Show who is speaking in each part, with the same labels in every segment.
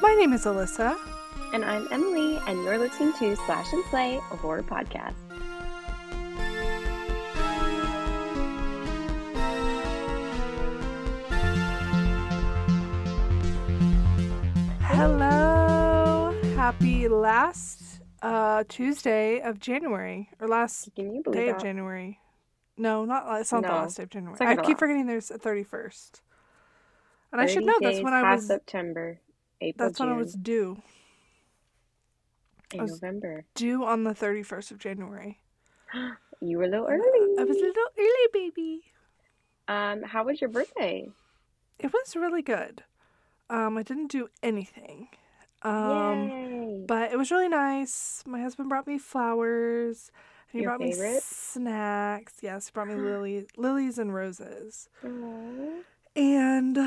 Speaker 1: My name is Alyssa.
Speaker 2: And I'm Emily, and you're listening to Slash and Slay, a horror podcast.
Speaker 1: Hello. Happy last uh, Tuesday of January, or last
Speaker 2: Can you believe
Speaker 1: day of
Speaker 2: that?
Speaker 1: January. No, not la- it's not the
Speaker 2: No.
Speaker 1: last day of January. I
Speaker 2: Second to
Speaker 1: keep
Speaker 2: last.
Speaker 1: forgetting there's a thirty first. And I should
Speaker 2: 30
Speaker 1: know that's
Speaker 2: days
Speaker 1: when I
Speaker 2: past
Speaker 1: was.
Speaker 2: September, April,
Speaker 1: That's when I was
Speaker 2: June,
Speaker 1: due.
Speaker 2: and
Speaker 1: I was-
Speaker 2: November.
Speaker 1: Due on the thirty first of January.
Speaker 2: You were a little
Speaker 1: And
Speaker 2: Oh, early.
Speaker 1: I was a little early, baby.
Speaker 2: Um, how was your birthday?
Speaker 1: It was really good. Um, I didn't do anything. Um,
Speaker 2: Yay!
Speaker 1: But it was really nice. My husband brought me flowers. And he
Speaker 2: Your
Speaker 1: brought me
Speaker 2: favorite?
Speaker 1: snacks. Yes, he brought me lily, lilies and roses.
Speaker 2: Aw,
Speaker 1: And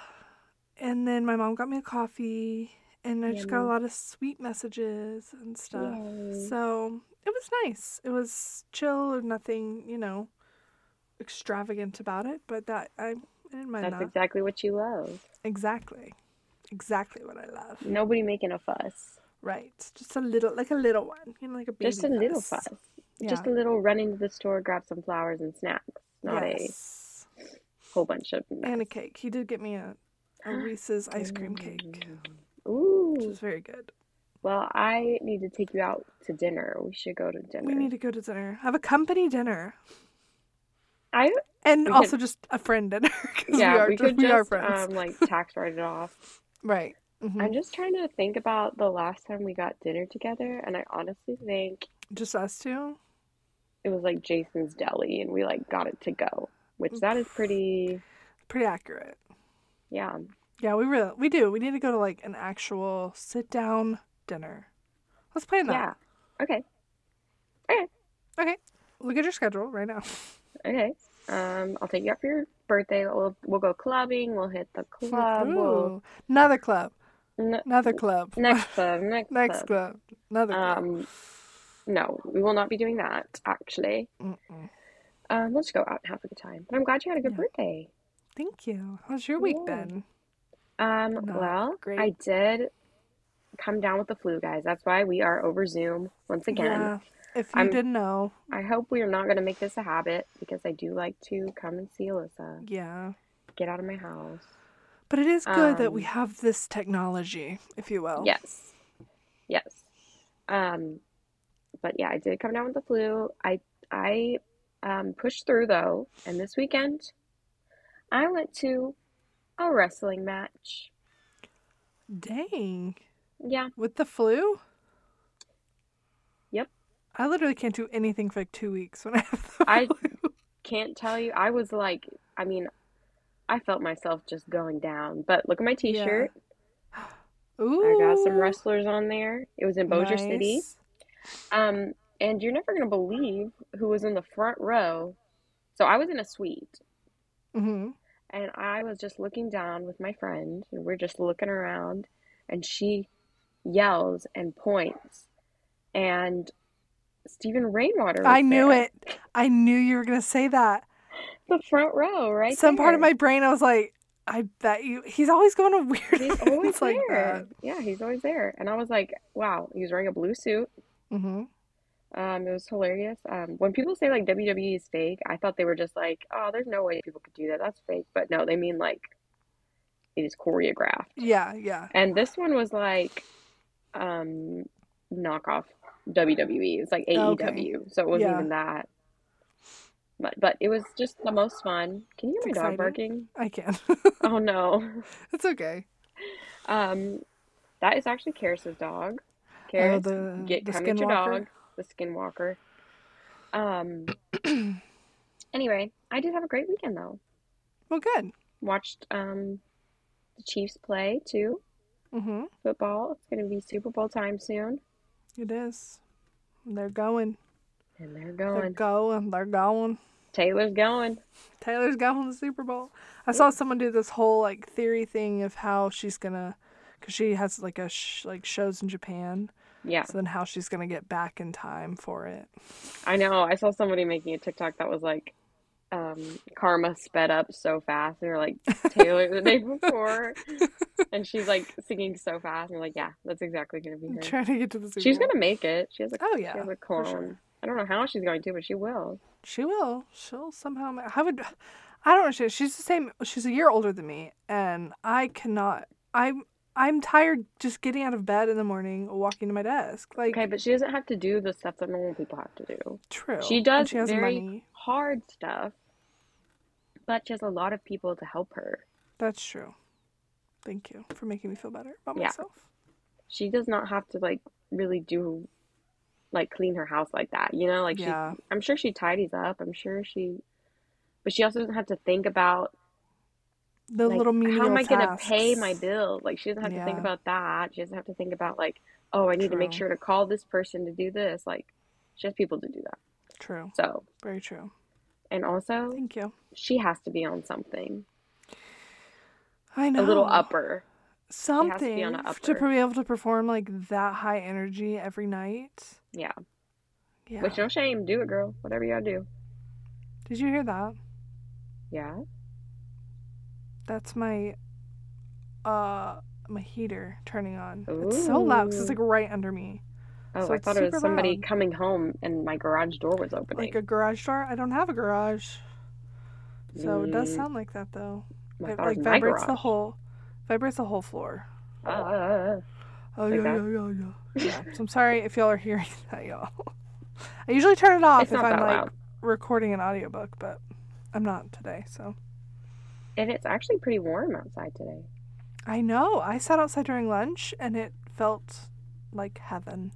Speaker 1: and then my mom got me a coffee and I just got a
Speaker 2: Yummy.
Speaker 1: lot of sweet messages and stuff.
Speaker 2: yay.
Speaker 1: So, it was nice. It was chill or nothing, you know, extravagant about it, but that I, I didn't mind
Speaker 2: That's
Speaker 1: that.
Speaker 2: exactly what you love.
Speaker 1: exactly. Exactly what I love.
Speaker 2: Nobody making a fuss.
Speaker 1: Right. Just a little like a little one, you know, like a baby.
Speaker 2: Just a little fuss. Just a little run into the store, grab some flowers and snacks. Not
Speaker 1: yes.
Speaker 2: a whole bunch of
Speaker 1: and a
Speaker 2: mess.
Speaker 1: cake. He did get me a, a Reese's ice cream cake, which
Speaker 2: Ooh.
Speaker 1: was very good.
Speaker 2: Well, I need to take you out to dinner. We should go to dinner.
Speaker 1: We need to go to dinner. Have a company dinner.
Speaker 2: I
Speaker 1: And
Speaker 2: We
Speaker 1: also just a friend dinner because
Speaker 2: yeah,
Speaker 1: we
Speaker 2: we,
Speaker 1: are
Speaker 2: could
Speaker 1: we
Speaker 2: just
Speaker 1: are friends.
Speaker 2: um like tax write it off.
Speaker 1: right. Mhm.
Speaker 2: I'm just trying to think about the last time we got dinner together, and I honestly think
Speaker 1: Just us two.
Speaker 2: it was like Jason's Deli, and we like got it to go, which
Speaker 1: Mm.
Speaker 2: that is pretty.
Speaker 1: Pretty accurate.
Speaker 2: Yeah,
Speaker 1: Yeah, we really we do. We need to go to like an actual sit down dinner. Let's plan
Speaker 2: yeah.
Speaker 1: that.
Speaker 2: Okay,
Speaker 1: Okay. Look at your schedule right now.
Speaker 2: okay. Um, I'll take you out for your birthday. We'll we'll go clubbing. We'll hit the club. We'll
Speaker 1: Ooh. Another club.
Speaker 2: n-
Speaker 1: Another club.
Speaker 2: next club. Next,
Speaker 1: Next
Speaker 2: club.
Speaker 1: club. Another club.
Speaker 2: Um, no, we will not be doing that. Actually,
Speaker 1: Mm-mm.
Speaker 2: um, let's go out and have a good time. But I'm glad you had a good
Speaker 1: Yeah.
Speaker 2: birthday.
Speaker 1: Thank you. How's your week
Speaker 2: Yeah.
Speaker 1: been?
Speaker 2: Um,
Speaker 1: Not
Speaker 2: well, I
Speaker 1: great.
Speaker 2: did come down with the flu, guys. That's why we are over Zoom once again.
Speaker 1: Yeah. If you
Speaker 2: I'm-
Speaker 1: didn't know,
Speaker 2: I hope we are not going to make this a habit because I do like to come and see Alyssa,
Speaker 1: yeah.
Speaker 2: get out of my house.
Speaker 1: But it is good that we
Speaker 2: Um,
Speaker 1: have this technology, if you will.
Speaker 2: Yes. Yes. Um, but yeah, I did come down with the flu. I I um, pushed through though, and this weekend I went to a wrestling match.
Speaker 1: Dang.
Speaker 2: Yeah,
Speaker 1: With the flu?
Speaker 2: Yep.
Speaker 1: I literally can't do anything for like two weeks when I have the
Speaker 2: I-
Speaker 1: flu.
Speaker 2: can't tell you. I was like, I mean, I felt myself just going down. But look at my
Speaker 1: Yeah.
Speaker 2: t-shirt.
Speaker 1: Ooh.
Speaker 2: I got some wrestlers on there. It was in Bossier City.
Speaker 1: nice.
Speaker 2: Um, and you're never gonna believe who was in the front row. So I was in a suite,
Speaker 1: Mhm.
Speaker 2: and I was just looking down with my friend, and we're just looking around, and she yells and points, and Stephen Rainwater. Was
Speaker 1: I knew
Speaker 2: there.
Speaker 1: it. I knew you were going to say that.
Speaker 2: The front row, right?
Speaker 1: some part of
Speaker 2: there.
Speaker 1: my brain, I was like, I bet you. He's always going to weird
Speaker 2: He's
Speaker 1: things
Speaker 2: always
Speaker 1: like
Speaker 2: there. Yeah, he's always there. And I was like, wow, he was wearing a blue suit.
Speaker 1: that. hmm
Speaker 2: Um, it was hilarious. Um, when people say like WWE is fake, I thought they were just like, oh, there's no way people could do that. That's fake. But no, they mean like it is choreographed.
Speaker 1: Yeah, yeah.
Speaker 2: And this one was like um knockoff WWE. It's like AEW.
Speaker 1: Okay.
Speaker 2: So it wasn't
Speaker 1: Yeah.
Speaker 2: even that. But but it was just the most fun. Can you hear
Speaker 1: It's
Speaker 2: my dog barking?
Speaker 1: exciting. I can.
Speaker 2: Oh no.
Speaker 1: it's okay.
Speaker 2: Um, that is actually Karis's dog. Karis,
Speaker 1: Oh, the-
Speaker 2: get
Speaker 1: the
Speaker 2: come get your
Speaker 1: skinwalker?
Speaker 2: dog, the skinwalker. Um. anyway, I did have a great weekend though.
Speaker 1: Well, good.
Speaker 2: Watched um, the Chiefs play too.
Speaker 1: Mm-hmm.
Speaker 2: Football. It's gonna be Super Bowl time soon,
Speaker 1: It is. They're going.
Speaker 2: and they're
Speaker 1: They're
Speaker 2: going.
Speaker 1: going. They're going.
Speaker 2: Taylor's going.
Speaker 1: Taylor's going to the Super Bowl. I saw someone do this whole like theory thing of how she's gonna, cause she has like a sh- like shows in Japan.
Speaker 2: Yeah,
Speaker 1: So then how she's gonna get back in time for it.
Speaker 2: I know. I saw somebody making a TikTok that was like, um, karma sped up so fast. They were like Taylor the day before, and she's like singing so fast. And we're like, yeah, that's exactly gonna be
Speaker 1: I'm
Speaker 2: her.
Speaker 1: trying to get to the Super
Speaker 2: she's
Speaker 1: Bowl.
Speaker 2: gonna make it. She has a,
Speaker 1: Oh
Speaker 2: she
Speaker 1: yeah,
Speaker 2: has a
Speaker 1: for
Speaker 2: corn.
Speaker 1: sure.
Speaker 2: I don't know how she's going to, but she will.
Speaker 1: She will. She'll somehow. Ma- I would. I don't understand. She's the same. She's a year older than me, and I cannot. I'm. I'm tired just getting out of bed in the morning, walking to my desk. Like
Speaker 2: Okay, but she doesn't have to do the stuff that normal people have to do.
Speaker 1: true.
Speaker 2: She
Speaker 1: And
Speaker 2: does
Speaker 1: she has
Speaker 2: very
Speaker 1: money.
Speaker 2: hard stuff, but she has a lot of people to help her.
Speaker 1: That's true. Thank you for making me feel better about
Speaker 2: Yeah.
Speaker 1: myself.
Speaker 2: She does not have to like really do like clean her house like that. You know, like she
Speaker 1: yeah.
Speaker 2: I'm sure she tidies up. I'm sure she but she also doesn't have to think about
Speaker 1: The
Speaker 2: like
Speaker 1: little menial
Speaker 2: how am I gonna
Speaker 1: tasks.
Speaker 2: pay my bills? Like she doesn't have to think
Speaker 1: Yeah.
Speaker 2: about that. She doesn't have to think about like, oh, I need to make
Speaker 1: True.
Speaker 2: sure to call this person to do this. Like she has people to do that.
Speaker 1: True.
Speaker 2: So,
Speaker 1: Very true.
Speaker 2: and also
Speaker 1: Thank you.
Speaker 2: she has to be on something.
Speaker 1: I
Speaker 2: A little
Speaker 1: know.
Speaker 2: upper. She has to be on
Speaker 1: Something
Speaker 2: an
Speaker 1: f- to
Speaker 2: upper.
Speaker 1: be able to perform like that high energy every night.
Speaker 2: Yeah. Which
Speaker 1: Yeah.
Speaker 2: no shame. Do it, girl. Whatever you gotta do.
Speaker 1: Did you hear that?
Speaker 2: Yeah.
Speaker 1: That's my uh my heater turning on. It's so loud because it's like
Speaker 2: Ooh.
Speaker 1: right under me,
Speaker 2: Oh,
Speaker 1: so
Speaker 2: I
Speaker 1: it's
Speaker 2: thought it was
Speaker 1: super
Speaker 2: somebody
Speaker 1: loud.
Speaker 2: coming home and my garage door was
Speaker 1: Like
Speaker 2: opening.
Speaker 1: a garage door. I don't have a garage, so it does
Speaker 2: Mm,
Speaker 1: sound like that though.
Speaker 2: I
Speaker 1: It
Speaker 2: thought it
Speaker 1: like
Speaker 2: was my
Speaker 1: vibrates the
Speaker 2: garage.
Speaker 1: whole, vibrates the whole floor.
Speaker 2: Ah,
Speaker 1: Oh
Speaker 2: like
Speaker 1: yeah
Speaker 2: that.
Speaker 1: yeah yeah yeah yeah. So I'm sorry if y'all are hearing that y'all. I usually turn it off
Speaker 2: It's
Speaker 1: if
Speaker 2: not
Speaker 1: I'm
Speaker 2: that
Speaker 1: like
Speaker 2: loud.
Speaker 1: recording an audiobook, but I'm not today, so.
Speaker 2: And it's actually pretty warm outside today.
Speaker 1: I know. I sat outside during lunch and it felt like heaven.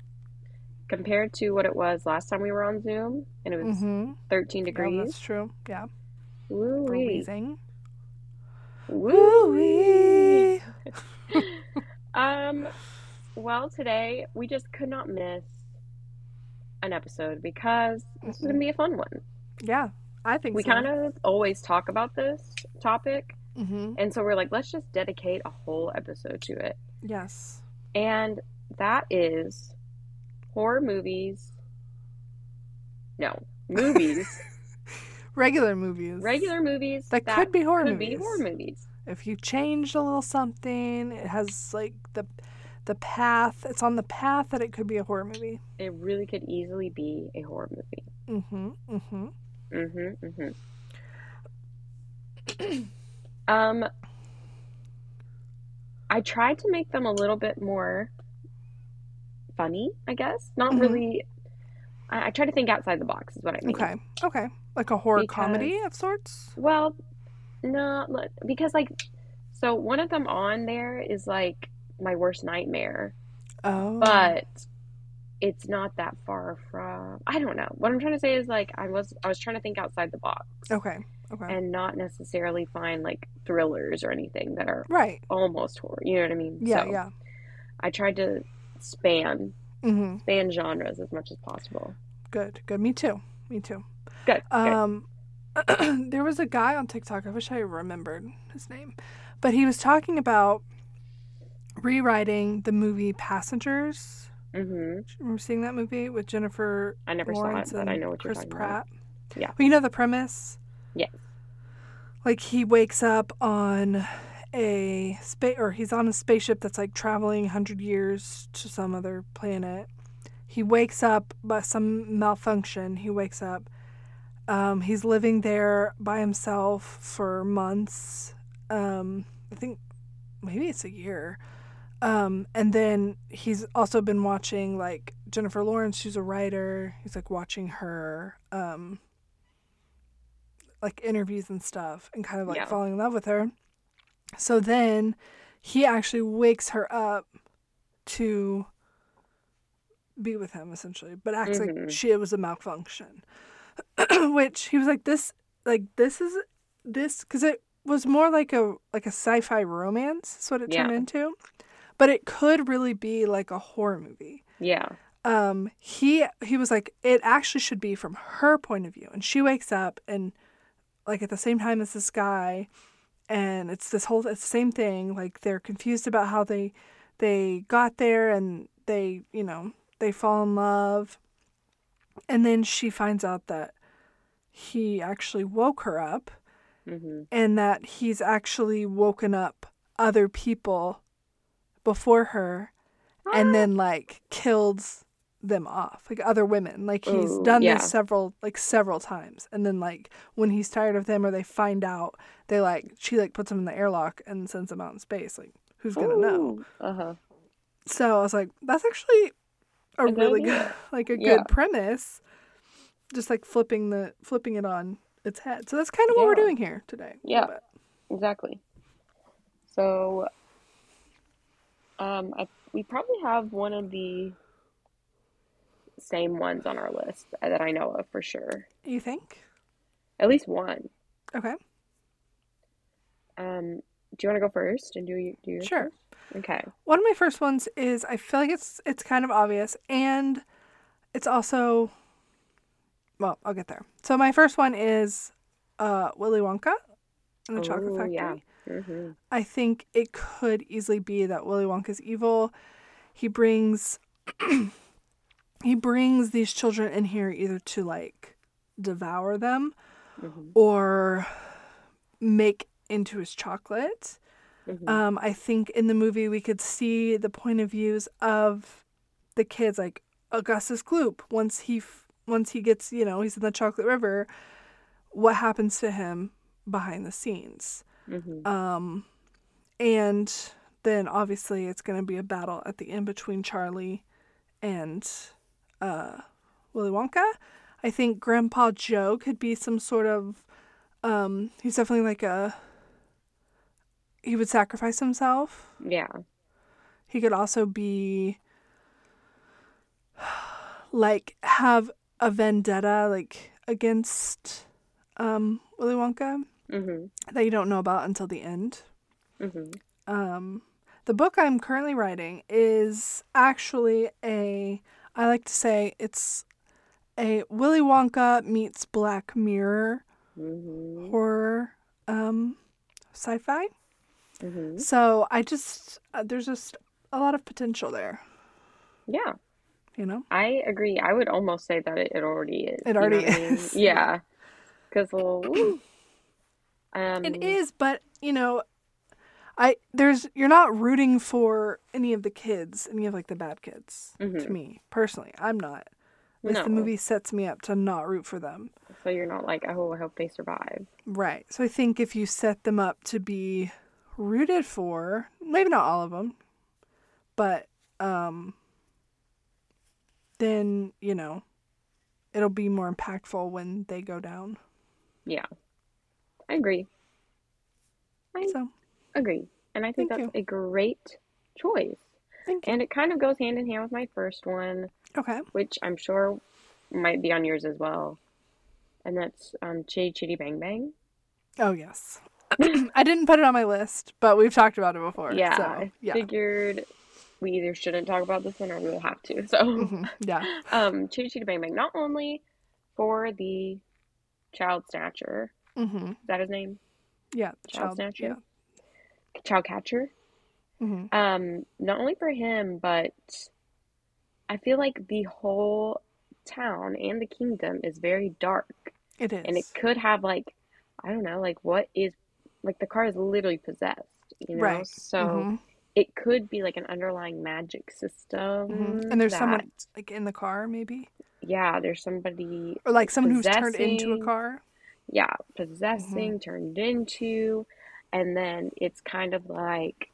Speaker 2: Compared to what it was last time we were on Zoom, and it was
Speaker 1: Mm-hmm.
Speaker 2: 13
Speaker 1: No,
Speaker 2: degrees.
Speaker 1: that's true. Yeah.
Speaker 2: Woo-wee.
Speaker 1: Freezing. Woo-wee.
Speaker 2: Woo-wee. Um, well, today we just could not miss an episode because this is going to
Speaker 1: Mm-mm.
Speaker 2: be a fun one.
Speaker 1: Yeah, I think
Speaker 2: We kind
Speaker 1: so.
Speaker 2: of always talk about this topic,
Speaker 1: Mm-hmm.
Speaker 2: and so we're like, let's just dedicate a whole episode to it.
Speaker 1: Yes.
Speaker 2: And that is horror movies. No, movies,
Speaker 1: Regular movies.
Speaker 2: regular movies
Speaker 1: That
Speaker 2: that
Speaker 1: could be horror
Speaker 2: could be horror
Speaker 1: movies.
Speaker 2: movies.
Speaker 1: If you changed a little something, it has like the the path. It's on the path that it could be a horror movie.
Speaker 2: It really could easily be a horror movie.
Speaker 1: Mm-hmm. Mm-hmm.
Speaker 2: hmm hmm
Speaker 1: mm-hmm.
Speaker 2: Um, I tried to make them a little bit more funny, I guess. Not
Speaker 1: Mm-hmm.
Speaker 2: really. I, I try to think outside the box, is what I mean.
Speaker 1: Okay. Okay. Like a horror
Speaker 2: Because,
Speaker 1: comedy of sorts.
Speaker 2: well, no, look, because like, so one of them on there is like my worst nightmare,
Speaker 1: Oh.
Speaker 2: but it's not that far from. I don't know. What I'm trying to say is like I was I was trying to think outside the box
Speaker 1: Okay. Okay.
Speaker 2: and not necessarily find like thrillers or anything that are
Speaker 1: Right.
Speaker 2: almost horror. You know what I mean?
Speaker 1: Yeah.
Speaker 2: So
Speaker 1: Yeah.
Speaker 2: I tried to span
Speaker 1: Mm-hmm.
Speaker 2: span genres as much as possible.
Speaker 1: Good. Good. Me too. Me too.
Speaker 2: Good, good.
Speaker 1: Um, there was a guy on TikTok. I wish I remembered his name, but he was talking about rewriting the movie Passengers.
Speaker 2: hmm
Speaker 1: Remember seeing that movie with Jennifer
Speaker 2: I never saw
Speaker 1: Lawrence
Speaker 2: it, but I
Speaker 1: and
Speaker 2: know what you're
Speaker 1: Chris
Speaker 2: talking about.
Speaker 1: Pratt?
Speaker 2: Yeah.
Speaker 1: Well, you know the premise.
Speaker 2: Yes.
Speaker 1: Like he wakes up on a space, or he's on a spaceship that's like traveling hundred years to some other planet. He wakes up by some malfunction. He wakes up Um, he's living there by himself for months. Um, I think maybe it's a year. Um, and then he's also been watching like Jennifer Lawrence. She's a writer. He's like watching her um, like interviews and stuff, and kind of like
Speaker 2: Yeah.
Speaker 1: falling in love with her. So then he actually wakes her up to be with him essentially, but acts like
Speaker 2: hmm
Speaker 1: she it was a malfunction. which he was like this like this is this because it was more like a like a sci-fi romance is what it
Speaker 2: Yeah.
Speaker 1: turned into but it could really be like a horror movie
Speaker 2: Yeah.
Speaker 1: um he he was like it actually should be from her point of view and she wakes up and like at the same time as this guy and it's this whole it's the same thing like they're confused about how they they got there and they you know they fall in love and then she finds out that he actually woke her up
Speaker 2: Mm-hmm.
Speaker 1: and that he's actually woken up other people before her
Speaker 2: Ah.
Speaker 1: and then like killed them off like other women like he's
Speaker 2: Ooh,
Speaker 1: done
Speaker 2: yeah.
Speaker 1: this several like several times and then like when he's tired of them or they find out they like she like puts him in the airlock and sends him out in space like who's gonna know
Speaker 2: Uh huh.
Speaker 1: so i was like that's actually a
Speaker 2: good
Speaker 1: really
Speaker 2: idea.
Speaker 1: good like a
Speaker 2: Yeah.
Speaker 1: good premise just like flipping the flipping it on its head so that's kind of what we're
Speaker 2: Yeah.
Speaker 1: doing here today a little
Speaker 2: Yeah.
Speaker 1: bit.
Speaker 2: Exactly. So, um, I, we probably have one of the same ones on our list that I know of for sure.
Speaker 1: you think
Speaker 2: At least one.
Speaker 1: okay
Speaker 2: Um, do you want to go first and do you do yours
Speaker 1: Sure.
Speaker 2: first? Okay.
Speaker 1: One of my first ones is I feel like it's it's kind of obvious and it's also well, I'll get there. So my first one is uh Willy Wonka and the Chocolate
Speaker 2: Ooh,
Speaker 1: Factory.
Speaker 2: yeah. Mm-hmm.
Speaker 1: I think it could easily be that Willy Wonka's evil. He brings he brings these children in here either to like devour them
Speaker 2: Mm-hmm.
Speaker 1: or make into his chocolate.
Speaker 2: Mm-hmm.
Speaker 1: Um, I think in the movie we could see the point of views of the kids, like Augustus Gloop. Once he f- once he gets, you know, he's in the Chocolate River. What happens to him behind the scenes?
Speaker 2: mm-hmm.
Speaker 1: Um, and then obviously it's going to be a battle at the end between Charlie and uh, Willy Wonka. I think Grandpa Joe could be some sort of. Um, he's definitely like a. He would sacrifice himself.
Speaker 2: Yeah.
Speaker 1: He could also be like have a vendetta like against um Willy Wonka
Speaker 2: Mm-hmm.
Speaker 1: that you don't know about until the end.
Speaker 2: Mm-hmm.
Speaker 1: Um the book I'm currently writing is actually a I like to say it's a Willy Wonka meets Black Mirror
Speaker 2: Mm-hmm.
Speaker 1: horror um sci-fi.
Speaker 2: Mm-hmm.
Speaker 1: So I just uh, there's just a lot of potential there,
Speaker 2: Yeah.
Speaker 1: you know.
Speaker 2: I agree. I would almost say that it, it already is.
Speaker 1: It
Speaker 2: you know
Speaker 1: already
Speaker 2: what I mean?
Speaker 1: is, yeah.
Speaker 2: Yeah. Because, well, ooh. um,
Speaker 1: It is, but you know, I there's you're not rooting for any of the kids, any of like the bad kids.
Speaker 2: mhm.
Speaker 1: To me personally, I'm not. At least the
Speaker 2: No.
Speaker 1: movie sets me up to not root for them.
Speaker 2: So you're not like, oh, I hope they survive.
Speaker 1: Right. So I think if you set them up to be rooted for, maybe not all of them, but um, then you know, it'll be more impactful when they go down.
Speaker 2: Yeah. I agree. I
Speaker 1: So
Speaker 2: agree. And I think
Speaker 1: Thank
Speaker 2: that's a great choice.
Speaker 1: thank you.
Speaker 2: And it kind of goes hand in hand with my first one,
Speaker 1: Okay.
Speaker 2: which I'm sure might be on yours as well. And that's um, Chitty Chitty Bang Bang.
Speaker 1: Oh yes. I didn't put it on my list, but we've talked about it before.
Speaker 2: Yeah,
Speaker 1: So
Speaker 2: I
Speaker 1: yeah.
Speaker 2: figured we either shouldn't talk about this one or we'll have to. So,
Speaker 1: Mhm, Yeah.
Speaker 2: um, Chitty Chitty Bang Bang, not only for the child snatcher,
Speaker 1: hmm
Speaker 2: is that his name?
Speaker 1: Yeah. The
Speaker 2: Child
Speaker 1: child.
Speaker 2: snatcher?
Speaker 1: Yeah.
Speaker 2: Child catcher?
Speaker 1: hmm
Speaker 2: Um, not only for him, but I feel like the whole town and the kingdom is very dark.
Speaker 1: It
Speaker 2: and it
Speaker 1: is.
Speaker 2: could have like I don't know, like what is like the car is literally possessed, you know?
Speaker 1: Right.
Speaker 2: So
Speaker 1: hmm
Speaker 2: it could be like an underlying magic system
Speaker 1: Mm-hmm. And there's someone
Speaker 2: mm, that
Speaker 1: like in the car, maybe,
Speaker 2: yeah, there's somebody
Speaker 1: or like someone who's turned into a
Speaker 2: possessing-
Speaker 1: car.
Speaker 2: yeah,
Speaker 1: Mm-hmm.
Speaker 2: possessing, turned into, and then it's kind of like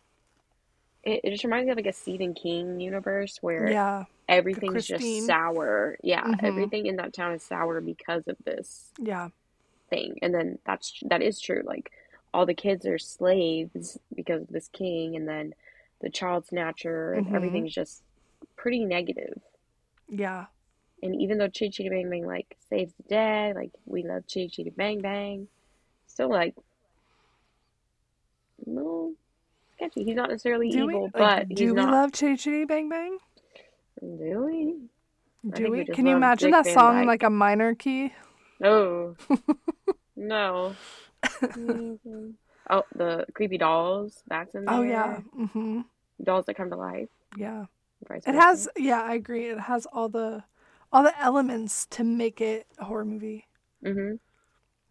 Speaker 2: it, it just reminds me of like a Stephen King universe where
Speaker 1: Yeah.
Speaker 2: everything's just
Speaker 1: Christine.
Speaker 2: sour. Yeah,
Speaker 1: Mhm.
Speaker 2: everything in that town is sour because of this
Speaker 1: Yeah.
Speaker 2: thing and then that's that is true like all the kids are slaves because of this king and then the child snatcher and
Speaker 1: Mhm.
Speaker 2: everything's just pretty negative
Speaker 1: Yeah.
Speaker 2: and even though Chitty Chitty Bang Bang like saves the day like we love Chitty Chitty Bang Bang still like no sketchy he's not necessarily
Speaker 1: Do
Speaker 2: evil
Speaker 1: we like?
Speaker 2: but he's
Speaker 1: do we
Speaker 2: not
Speaker 1: love Chitty Chitty Bang Bang?
Speaker 2: do we I
Speaker 1: Do
Speaker 2: think we
Speaker 1: we?
Speaker 2: just
Speaker 1: Can you
Speaker 2: love
Speaker 1: imagine
Speaker 2: Dick
Speaker 1: that
Speaker 2: Van
Speaker 1: song in
Speaker 2: Dyke.
Speaker 1: like a minor key?
Speaker 2: no Oh. no Mhm. oh the creepy dolls that's in there
Speaker 1: Mm-hmm. Oh yeah. hmm
Speaker 2: dolls that come to life
Speaker 1: Yeah.
Speaker 2: vice
Speaker 1: It
Speaker 2: versa.
Speaker 1: has. Yeah, I agree. It has all the all the elements to make it a horror movie.
Speaker 2: Mm-hmm.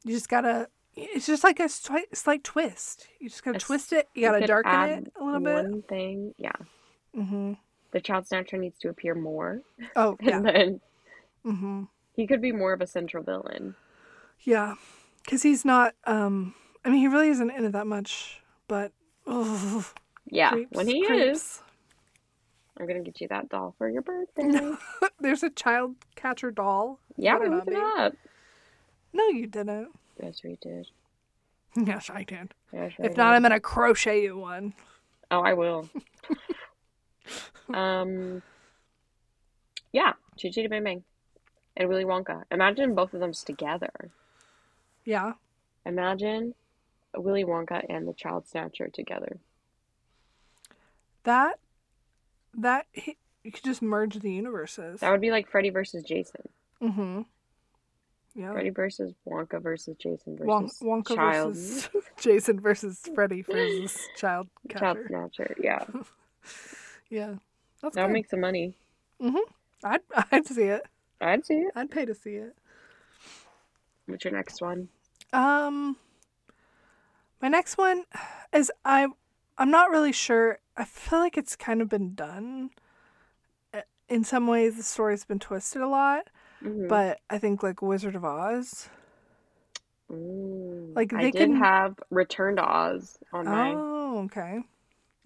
Speaker 1: You just gotta. It's just like a swi- slight twist. You just gotta
Speaker 2: Yes.
Speaker 1: twist it. You
Speaker 2: You
Speaker 1: gotta
Speaker 2: could
Speaker 1: darken
Speaker 2: add
Speaker 1: it a little bit.
Speaker 2: One thing, yeah.
Speaker 1: Mm-hmm.
Speaker 2: The child snatcher needs to appear more,
Speaker 1: Oh yeah.
Speaker 2: and then
Speaker 1: Mm-hmm.
Speaker 2: he could be more of a central villain.
Speaker 1: Yeah, because he's not. Um, I mean, he really isn't in it that much. But ugh,
Speaker 2: Yeah,
Speaker 1: creeps,
Speaker 2: when he is,
Speaker 1: creeps.
Speaker 2: I'm gonna get you that doll for your birthday.
Speaker 1: there's a child catcher doll.
Speaker 2: yeah,
Speaker 1: Better
Speaker 2: we
Speaker 1: not
Speaker 2: looked it
Speaker 1: be.
Speaker 2: up.
Speaker 1: No, you didn't.
Speaker 2: Yes, we did.
Speaker 1: Yes, I did.
Speaker 2: Yes, we
Speaker 1: If not,
Speaker 2: did.
Speaker 1: I'm gonna crochet you one.
Speaker 2: Oh, I will. um, yeah, Choo Choo to Bang Bang and Willy Wonka. Imagine both of them together.
Speaker 1: Yeah.
Speaker 2: Imagine Willy Wonka and the Child Snatcher together.
Speaker 1: That. That he, you could just merge the universes.
Speaker 2: That would be like Freddy versus Jason.
Speaker 1: Mm-hmm. Yeah.
Speaker 2: Freddy versus Wonka versus Jason versus
Speaker 1: Oh. Won- Wonka
Speaker 2: Child
Speaker 1: versus Jason versus Freddy versus Child
Speaker 2: Child
Speaker 1: Catcher.
Speaker 2: Snatcher. Yeah,
Speaker 1: Yeah, that's
Speaker 2: that'll
Speaker 1: good.
Speaker 2: make some money.
Speaker 1: I'd I'd see it.
Speaker 2: I'd see it.
Speaker 1: I'd pay to see it.
Speaker 2: What's your next one?
Speaker 1: Um, my next one is I I'm not really sure. I feel like it's kind of been done. Uh, In some ways, the story's been twisted a lot,
Speaker 2: Mhm.
Speaker 1: but I think like Wizard of Oz.
Speaker 2: Ooh,
Speaker 1: like,
Speaker 2: I
Speaker 1: they
Speaker 2: did
Speaker 1: can-
Speaker 2: have Return to Oz on my
Speaker 1: Oh, okay.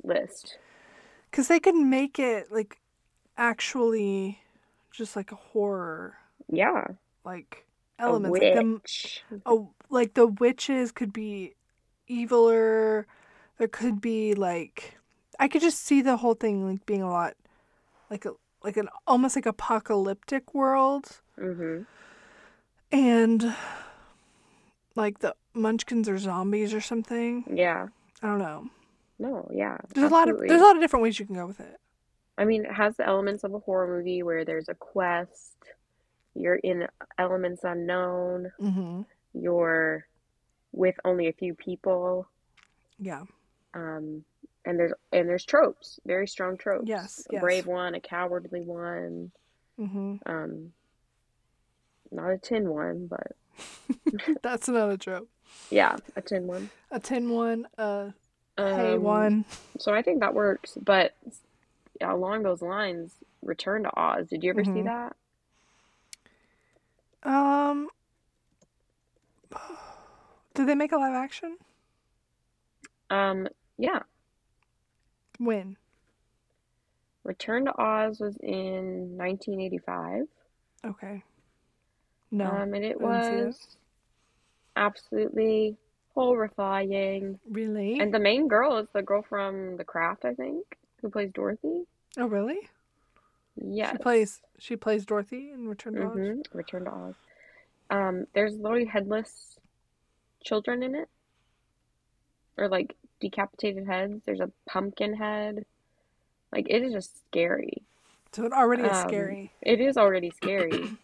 Speaker 2: list.
Speaker 1: Because they could make it like actually just like a horror
Speaker 2: Yeah,
Speaker 1: like
Speaker 2: a
Speaker 1: elements like the
Speaker 2: witch.
Speaker 1: oh, like the witches could be eviler there could be like i could just see the whole thing like being a lot like a like an almost like apocalyptic world
Speaker 2: Mm-hmm.
Speaker 1: and like the munchkins are zombies or something
Speaker 2: Yeah.
Speaker 1: i don't know
Speaker 2: No. Yeah.
Speaker 1: there's a lot of
Speaker 2: absolutely.
Speaker 1: there's a lot of different ways you can go with it
Speaker 2: I mean, it has the elements of a horror movie where there's a quest. You're in elements unknown.
Speaker 1: mm-hmm
Speaker 2: You're with only a few people.
Speaker 1: yeah
Speaker 2: Um, and there's and there's tropes, very strong tropes.
Speaker 1: Yes,
Speaker 2: A
Speaker 1: yes.
Speaker 2: brave one, a cowardly one.
Speaker 1: mm-hmm
Speaker 2: Um, not a tin one, but
Speaker 1: that's another trope
Speaker 2: yeah, a tin one.
Speaker 1: a tin one a hay
Speaker 2: Um,
Speaker 1: one
Speaker 2: So I think that works, but along those lines, Return to Oz. Did you ever see
Speaker 1: Mhm.
Speaker 2: that?
Speaker 1: Um, did they make a live action?
Speaker 2: Um, yeah.
Speaker 1: When?
Speaker 2: Return to Oz was in 1985.
Speaker 1: Okay. No.
Speaker 2: um, and
Speaker 1: I
Speaker 2: it
Speaker 1: didn't
Speaker 2: was absolutely horrifying.
Speaker 1: really?
Speaker 2: And the main girl is the girl from The Craft, I think, who plays Dorothy.
Speaker 1: oh, really?
Speaker 2: Yes.
Speaker 1: She plays. She plays Dorothy in Return to Oz.
Speaker 2: hmm Return to Oz. Um, there's literally headless children in it, or like decapitated heads. There's a pumpkin head. Like it is just scary.
Speaker 1: So it already is
Speaker 2: Um,
Speaker 1: scary,
Speaker 2: It is already scary.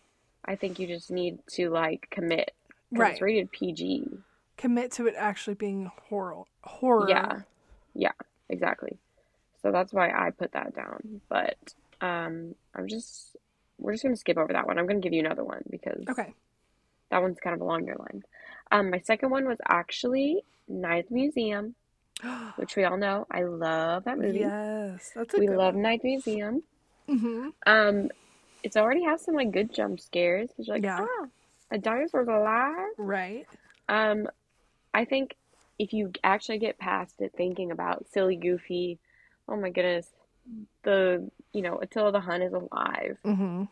Speaker 2: I think you just need to like commit. 'cause
Speaker 1: right?
Speaker 2: It's rated PG.
Speaker 1: Commit to it actually being horror. Horror.
Speaker 2: Yeah. Yeah. Exactly. So that's why I put that down. But um, I'm just we're just gonna skip over that one. I'm gonna give you another one because
Speaker 1: Okay.
Speaker 2: That one's kind of along your line. Um, my second one was actually Night Museum, which we all know. I love that movie.
Speaker 1: yes, that's a
Speaker 2: we
Speaker 1: good
Speaker 2: love
Speaker 1: one.
Speaker 2: Night Museum.
Speaker 1: hmm
Speaker 2: Um, it's already has some like good jump scares because you're like,
Speaker 1: Yeah.
Speaker 2: ah, a dinosaur's alive.
Speaker 1: Right.
Speaker 2: Um, I think if you actually get past it, thinking about silly, goofy, oh my goodness, the you know Attila the Hun is alive.
Speaker 1: hmm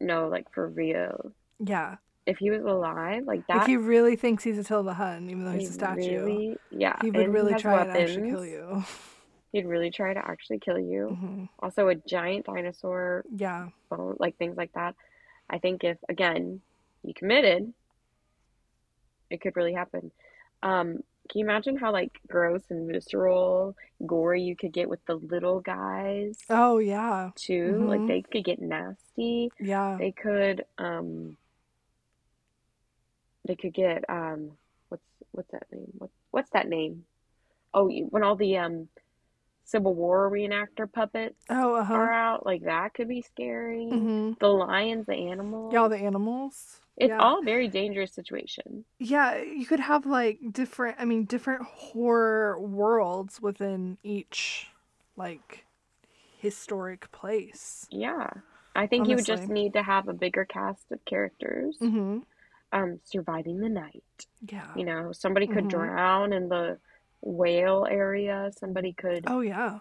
Speaker 2: No, like for real.
Speaker 1: Yeah.
Speaker 2: If he was alive, like
Speaker 1: like
Speaker 2: that,
Speaker 1: he really thinks he's Attila the Hun, even though he's
Speaker 2: he
Speaker 1: a statue.
Speaker 2: really, yeah,
Speaker 1: he would
Speaker 2: and
Speaker 1: really
Speaker 2: has
Speaker 1: try and actually kill
Speaker 2: weapons.
Speaker 1: you.
Speaker 2: He'd really try to actually kill you.
Speaker 1: hmm
Speaker 2: Also, a giant dinosaur,
Speaker 1: Yeah.
Speaker 2: bone, like things like that. I think if, again, you committed, it could really happen. Um, can you imagine how like gross and visceral, gory you could get with the little guys
Speaker 1: Oh yeah.
Speaker 2: too? Like
Speaker 1: mhm.
Speaker 2: they could get nasty.
Speaker 1: Yeah.
Speaker 2: They could, um, they could get, um, what's what's that name? What, what's that name? Oh, you- when all the um, Civil War reenactor puppets.
Speaker 1: Oh, uh huh.
Speaker 2: are out, like that could be scary.
Speaker 1: Mm-hmm.
Speaker 2: The lions, the animals.
Speaker 1: Yeah, all the animals.
Speaker 2: It's
Speaker 1: Yeah.
Speaker 2: all very dangerous situation.
Speaker 1: Yeah, you could have like different, I mean, different horror worlds within each like historic place.
Speaker 2: Yeah. I think you would just
Speaker 1: Honestly.
Speaker 2: need to have a bigger cast of characters
Speaker 1: Mm-hmm.
Speaker 2: um surviving the night.
Speaker 1: Yeah.
Speaker 2: You know, somebody could
Speaker 1: Mhm.
Speaker 2: drown in the whale area, somebody could
Speaker 1: Oh, yeah.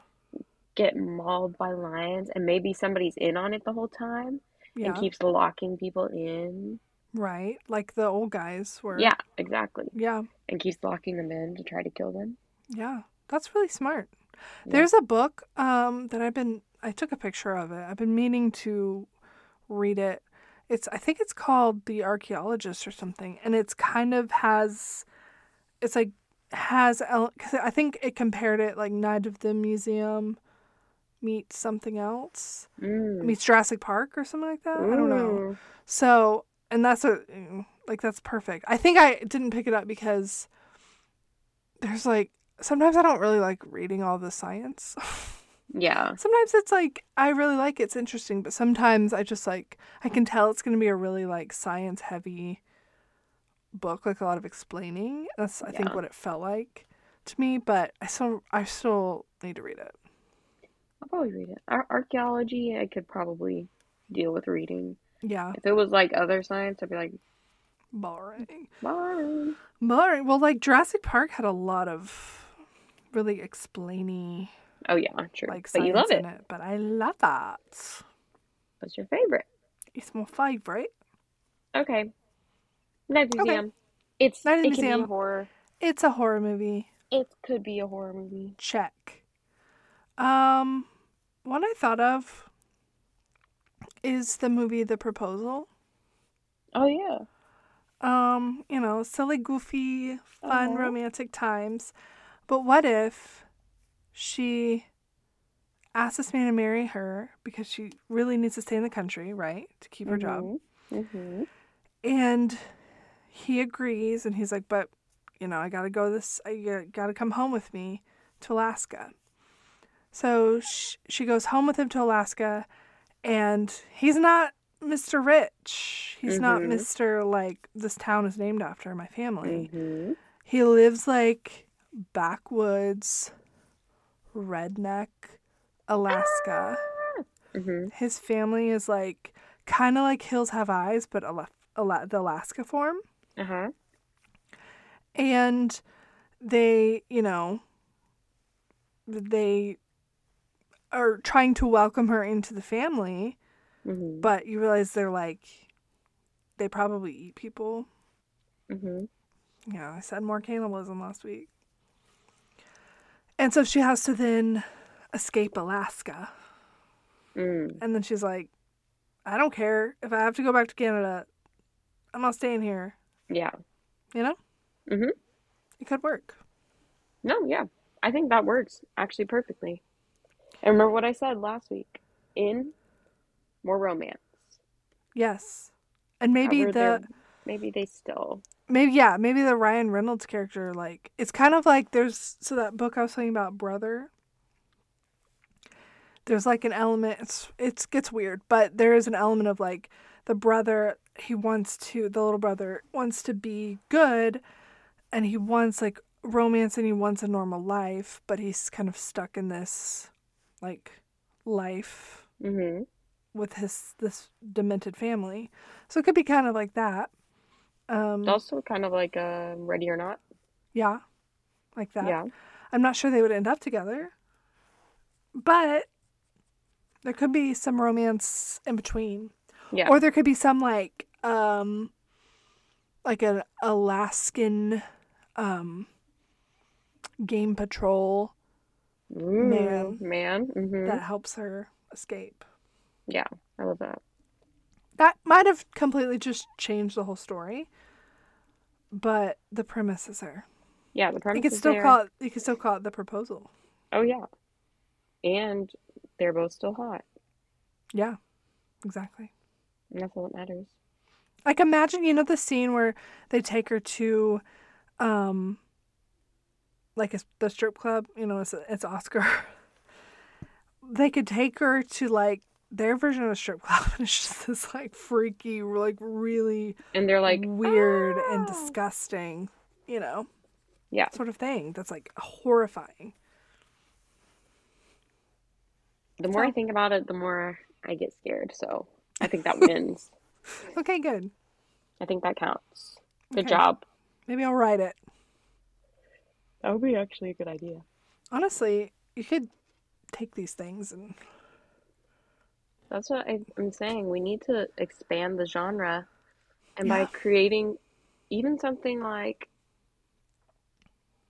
Speaker 2: get mauled by lions and maybe somebody's in on it the whole time
Speaker 1: Yeah.
Speaker 2: and keeps locking people in.
Speaker 1: right. Like the old guys were.
Speaker 2: Yeah, exactly.
Speaker 1: Yeah.
Speaker 2: And keeps locking them in to try to kill them.
Speaker 1: Yeah, that's really smart.
Speaker 2: Yeah.
Speaker 1: There's a book um, that I've been I took a picture of it. I've been meaning to read it. It's I think it's called The Archaeologist or something, and it's kind of has it's like has ele- 'cause I think it compared it like Night of the Museum meets something else
Speaker 2: Mm.
Speaker 1: meets Jurassic Park or something like that. I
Speaker 2: Hmm.
Speaker 1: don't know.
Speaker 2: Ooh.
Speaker 1: So, and that's a like that's perfect. I think I didn't pick it up because there's like sometimes I don't really like reading all the science.
Speaker 2: Yeah.
Speaker 1: sometimes it's like I really like it, it's interesting, but sometimes I just like I can tell it's going to be a really like science heavy book, like a lot of explaining. That's I think
Speaker 2: Yeah.
Speaker 1: what it felt like to me, but I still I still need to read it.
Speaker 2: I'll probably read it. Ar- archaeology, I could probably deal with reading.
Speaker 1: Yeah,
Speaker 2: If it was like other science, I'd be like,
Speaker 1: boring.
Speaker 2: boring.
Speaker 1: Boring. Well, like Jurassic Park had a lot of really explainy
Speaker 2: Oh yeah, true.
Speaker 1: like
Speaker 2: but
Speaker 1: science
Speaker 2: you love it.
Speaker 1: in it. But I love that.
Speaker 2: What's your favorite?
Speaker 1: It's my favorite.
Speaker 2: Okay. Night Museum. It's
Speaker 1: Night at
Speaker 2: it
Speaker 1: the
Speaker 2: can be a
Speaker 1: Museum.
Speaker 2: horror.
Speaker 1: It's a horror movie.
Speaker 2: It could be a horror movie.
Speaker 1: Check. Um, one I thought of is the movie The Proposal.
Speaker 2: Oh yeah.
Speaker 1: Um, you know, silly, goofy, fun,
Speaker 2: Uh-huh.
Speaker 1: romantic times. But what if she asks this man to marry her because she really needs to stay in the country, right, to keep her job?
Speaker 2: Mm-hmm.
Speaker 1: and he agrees and he's like but you know i gotta go this i g- gotta come home with me to alaska so sh- she goes home with him to alaska and he's not mr rich he's not
Speaker 2: Mhm.
Speaker 1: mr like this town is named after my family
Speaker 2: Mm-hmm.
Speaker 1: he lives like backwoods redneck alaska
Speaker 2: Mm-hmm.
Speaker 1: his family is like kind of like hills have eyes but Ala- Ala- the alaska form
Speaker 2: Uh-huh.
Speaker 1: and they you know they are trying to welcome her into the family
Speaker 2: Mm-hmm.
Speaker 1: but you realize they're like they probably eat people
Speaker 2: Mm-hmm.
Speaker 1: yeah i said more cannibalism last week and so she has to then escape alaska
Speaker 2: Mm.
Speaker 1: and then she's like i don't care if i have to go back to canada i'm not staying here
Speaker 2: Yeah.
Speaker 1: you know
Speaker 2: Mhm.
Speaker 1: it could work
Speaker 2: No, yeah. I think that works actually perfectly. And remember what I said last week. In more romance.
Speaker 1: yes and maybe
Speaker 2: However,
Speaker 1: the
Speaker 2: they're- maybe they still
Speaker 1: maybe yeah maybe the ryan reynolds character like it's kind of like there's so that book i was talking about brother there's like an element it's it's gets weird but there is an element of like the brother he wants to the little brother wants to be good and he wants like romance and he wants a normal life but he's kind of stuck in this like life
Speaker 2: Mm-hmm.
Speaker 1: with his this demented family so it could be kind of like that um
Speaker 2: It's also kind of like a ready or not.
Speaker 1: yeah like that
Speaker 2: Yeah.
Speaker 1: I'm not sure they would end up together, but there could be some romance in between,
Speaker 2: Yeah.
Speaker 1: or there could be some like um, like an Alaskan um, game patrol
Speaker 2: Ooh,
Speaker 1: man.
Speaker 2: Man. Mm-hmm.
Speaker 1: that helps her escape.
Speaker 2: I love that.
Speaker 1: That might have completely just changed the whole story, but the premise is there.
Speaker 2: Yeah, the premise
Speaker 1: You could
Speaker 2: is
Speaker 1: still
Speaker 2: there.
Speaker 1: call it. You could still call it the proposal.
Speaker 2: Oh yeah. And they're both still hot.
Speaker 1: Yeah, exactly.
Speaker 2: And that's all that matters.
Speaker 1: Like imagine, you know, the scene where they take her to, um, like a, the strip club. You know, it's it's Oscar. they could take her to like their version of a strip club and it's just this like freaky, like really
Speaker 2: And they're like
Speaker 1: weird and
Speaker 2: "Oh."
Speaker 1: disgusting, you know,
Speaker 2: Yeah.
Speaker 1: sort of thing that's like horrifying.
Speaker 2: The more I think about it, the more I get scared. So I think that wins.
Speaker 1: Okay, good.
Speaker 2: I think that counts. Good
Speaker 1: Okay.
Speaker 2: job.
Speaker 1: Maybe I'll write it.
Speaker 2: That would be actually a good idea.
Speaker 1: Honestly, you could take these things and
Speaker 2: That's what I, I'm saying. We need to expand the genre, and by
Speaker 1: Yeah.
Speaker 2: creating even something like,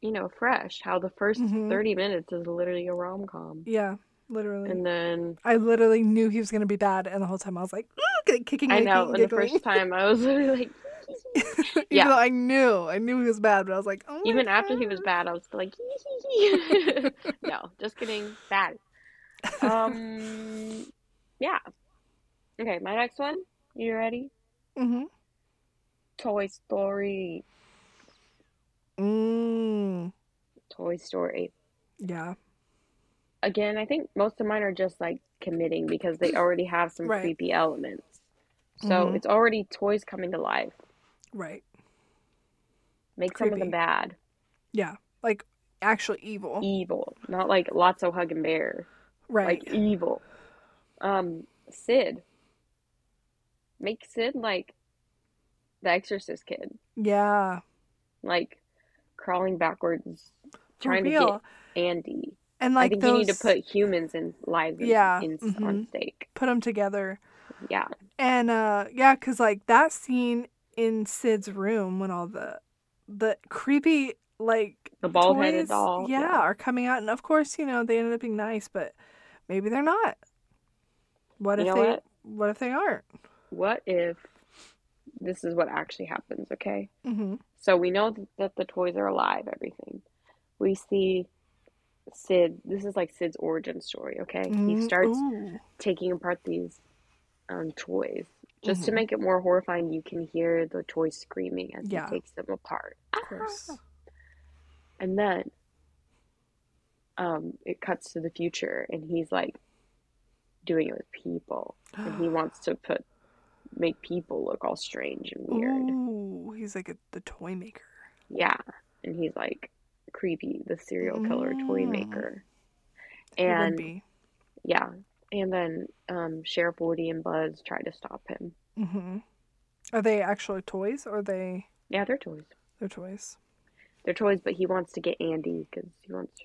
Speaker 2: you know, Fresh, how the 1st
Speaker 1: Mhm.
Speaker 2: 30 minutes is literally a rom com,
Speaker 1: yeah, literally.
Speaker 2: and then
Speaker 1: I literally knew he was gonna be bad, and the whole time I was like, "Ooh," kicking,
Speaker 2: I
Speaker 1: kicking,
Speaker 2: know. And the
Speaker 1: giggling.
Speaker 2: first time I was literally like,
Speaker 1: Even
Speaker 2: Yeah.
Speaker 1: though I knew, I knew he was bad, but I was like, "Oh my
Speaker 2: even after he was
Speaker 1: God."
Speaker 2: bad, I was like, no, just kidding, bad. Um, yeah. Okay, my next one. You ready?
Speaker 1: Mhm.
Speaker 2: Toy Story.
Speaker 1: Mm,
Speaker 2: Toy Story.
Speaker 1: yeah,
Speaker 2: Again, I think most of mine are just like committing because they already have some
Speaker 1: Mm. Right.
Speaker 2: creepy elements. So
Speaker 1: Mhm.
Speaker 2: it's already toys coming to life.
Speaker 1: right.
Speaker 2: Make some of
Speaker 1: Creepy. Oh.
Speaker 2: them bad,
Speaker 1: Yeah, like actually
Speaker 2: E,
Speaker 1: evil.
Speaker 2: evil, not like Lotso Hug and Bear.
Speaker 1: right.
Speaker 2: like e evil. Um, Sid. Make Sid like the Exorcist kid,
Speaker 1: yeah,
Speaker 2: like crawling backwards,
Speaker 1: for
Speaker 2: trying to
Speaker 1: real.
Speaker 2: get Andy.
Speaker 1: and like
Speaker 2: I think
Speaker 1: those,
Speaker 2: you need to put humans and lives in,
Speaker 1: Yeah,
Speaker 2: in, on
Speaker 1: mhm.
Speaker 2: stake.
Speaker 1: put them together.
Speaker 2: Yeah,
Speaker 1: And uh, yeah, cause like that scene in Sid's room when all the the creepy like
Speaker 2: the bald-headed
Speaker 1: toys,
Speaker 2: doll.
Speaker 1: yeah, are coming out, and of course, you know, they ended up being nice, but maybe they're not. What
Speaker 2: You
Speaker 1: if
Speaker 2: know
Speaker 1: they?
Speaker 2: what?
Speaker 1: what if they aren't?
Speaker 2: What if this is what actually happens? Okay.
Speaker 1: Mm-hmm.
Speaker 2: So we know th- that the toys are alive, everything. We see Sid. This is like Sid's origin story, okay?
Speaker 1: Mm-hmm.
Speaker 2: He starts taking apart these um, toys. Just to
Speaker 1: Mhm.
Speaker 2: make it more horrifying, you can hear the toy screaming as
Speaker 1: Yeah.
Speaker 2: he takes them apart.
Speaker 1: of course.
Speaker 2: "Ah!" And then um, it cuts to the future, and he's like doing it with people, and he wants to put make people look all strange and weird.
Speaker 1: Ooh, he's like a, the toy maker.
Speaker 2: Yeah, and he's like creepy, the serial killer toy
Speaker 1: Mm.
Speaker 2: maker.
Speaker 1: He would
Speaker 2: And
Speaker 1: be.
Speaker 2: yeah, and then um, Sheriff Woody and Buzz try to stop him.
Speaker 1: hmm Are they actually toys or are they
Speaker 2: Yeah, they're toys.
Speaker 1: they're toys?
Speaker 2: They're toys, but he wants to get Andy because he wants,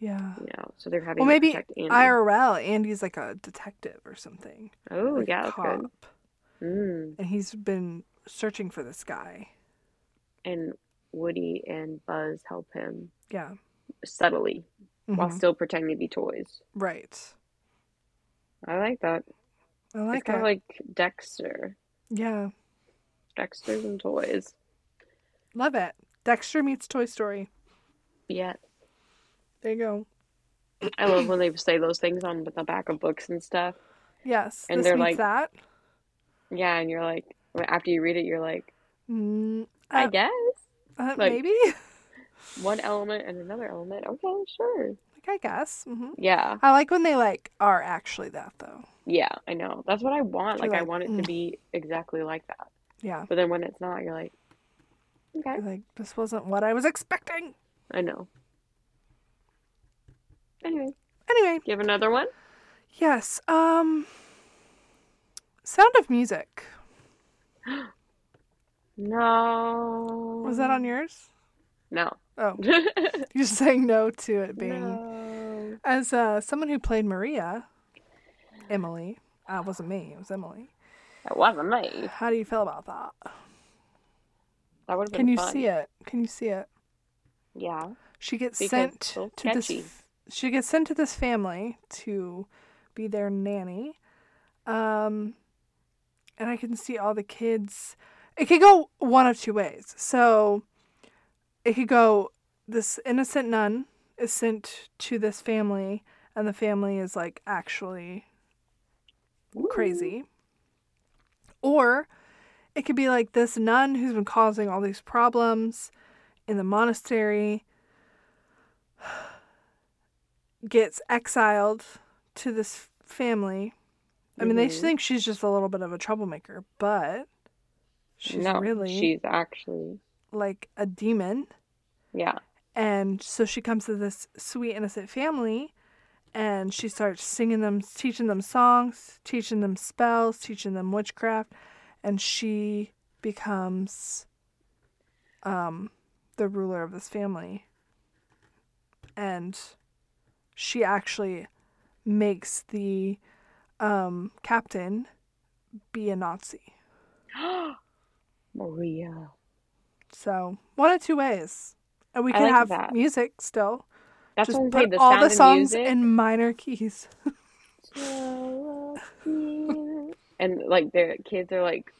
Speaker 1: Yeah.
Speaker 2: you know, so they're having
Speaker 1: Well,
Speaker 2: to
Speaker 1: maybe
Speaker 2: protect Andy.
Speaker 1: IRL, Andy's like a detective or something.
Speaker 2: oh,
Speaker 1: like a
Speaker 2: yeah, that's good. Mm.
Speaker 1: And he's been searching for this guy.
Speaker 2: And Woody and Buzz help him
Speaker 1: Yeah.
Speaker 2: subtly while
Speaker 1: Mhm.
Speaker 2: still pretending to be toys.
Speaker 1: Right.
Speaker 2: I like that.
Speaker 1: I like
Speaker 2: it's kind
Speaker 1: that.
Speaker 2: of like Dexter.
Speaker 1: yeah.
Speaker 2: Dexter's and toys.
Speaker 1: Love it. Dexter meets Toy Story.
Speaker 2: Yeah.
Speaker 1: There you go.
Speaker 2: I love when they say those things on the back of books and stuff.
Speaker 1: Yes.
Speaker 2: And
Speaker 1: this
Speaker 2: they're
Speaker 1: meets
Speaker 2: like-
Speaker 1: that.
Speaker 2: Yeah, and you're like, after you read it, you're like,
Speaker 1: Mm,
Speaker 2: I
Speaker 1: Uh,
Speaker 2: guess.
Speaker 1: uh,
Speaker 2: like-
Speaker 1: maybe.
Speaker 2: One element and another element. Okay, sure.
Speaker 1: Like I guess. hmm
Speaker 2: Yeah.
Speaker 1: I like when they like are actually that though.
Speaker 2: Yeah, I know. That's what I want.
Speaker 1: You're
Speaker 2: Like, I
Speaker 1: like,
Speaker 2: want it to
Speaker 1: "Mm."
Speaker 2: be exactly like that.
Speaker 1: Yeah.
Speaker 2: But then when it's not, you're like, okay,
Speaker 1: You're Like this wasn't what I was expecting.
Speaker 2: I know. Anyway,
Speaker 1: Anyway,
Speaker 2: do you have another one?
Speaker 1: yes. Um Sound of Music.
Speaker 2: No.
Speaker 1: Was that on yours?
Speaker 2: No.
Speaker 1: Oh, you're saying no to it being
Speaker 2: no.
Speaker 1: as uh, someone who played Maria, Emily. Uh, it wasn't me. It was Emily.
Speaker 2: That wasn't me.
Speaker 1: How do you feel about that?
Speaker 2: That would have been
Speaker 1: Can you
Speaker 2: fun.
Speaker 1: see it? Can you see it?
Speaker 2: Yeah.
Speaker 1: She gets
Speaker 2: Because
Speaker 1: sent
Speaker 2: so
Speaker 1: to
Speaker 2: sketchy.
Speaker 1: this. f- She gets sent to this family to be their nanny, um, and I can see all the kids. It could go one of two ways. So, it could go this innocent nun is sent to this family, and the family is like actually
Speaker 2: Ooh.
Speaker 1: crazy. Or it could be like this nun who's been causing all these problems in the monastery gets exiled to this family I mean, they
Speaker 2: Mhm.
Speaker 1: think she's just a little bit of a troublemaker, but she's
Speaker 2: no,
Speaker 1: really
Speaker 2: she's actually
Speaker 1: like a demon.
Speaker 2: yeah.
Speaker 1: And so she comes to this sweet, innocent family and she starts singing them, teaching them songs, teaching them spells, teaching them witchcraft. And she becomes um, the ruler of this family. And she actually makes the um, captain be a Nazi.
Speaker 2: Maria.
Speaker 1: So, one of two ways. And we
Speaker 2: I
Speaker 1: can
Speaker 2: like
Speaker 1: have
Speaker 2: that.
Speaker 1: music still.
Speaker 2: That's
Speaker 1: just
Speaker 2: what I'm
Speaker 1: put
Speaker 2: saying. The
Speaker 1: all
Speaker 2: sound
Speaker 1: the
Speaker 2: and
Speaker 1: songs
Speaker 2: music.
Speaker 1: in minor keys.
Speaker 2: and like the kids are like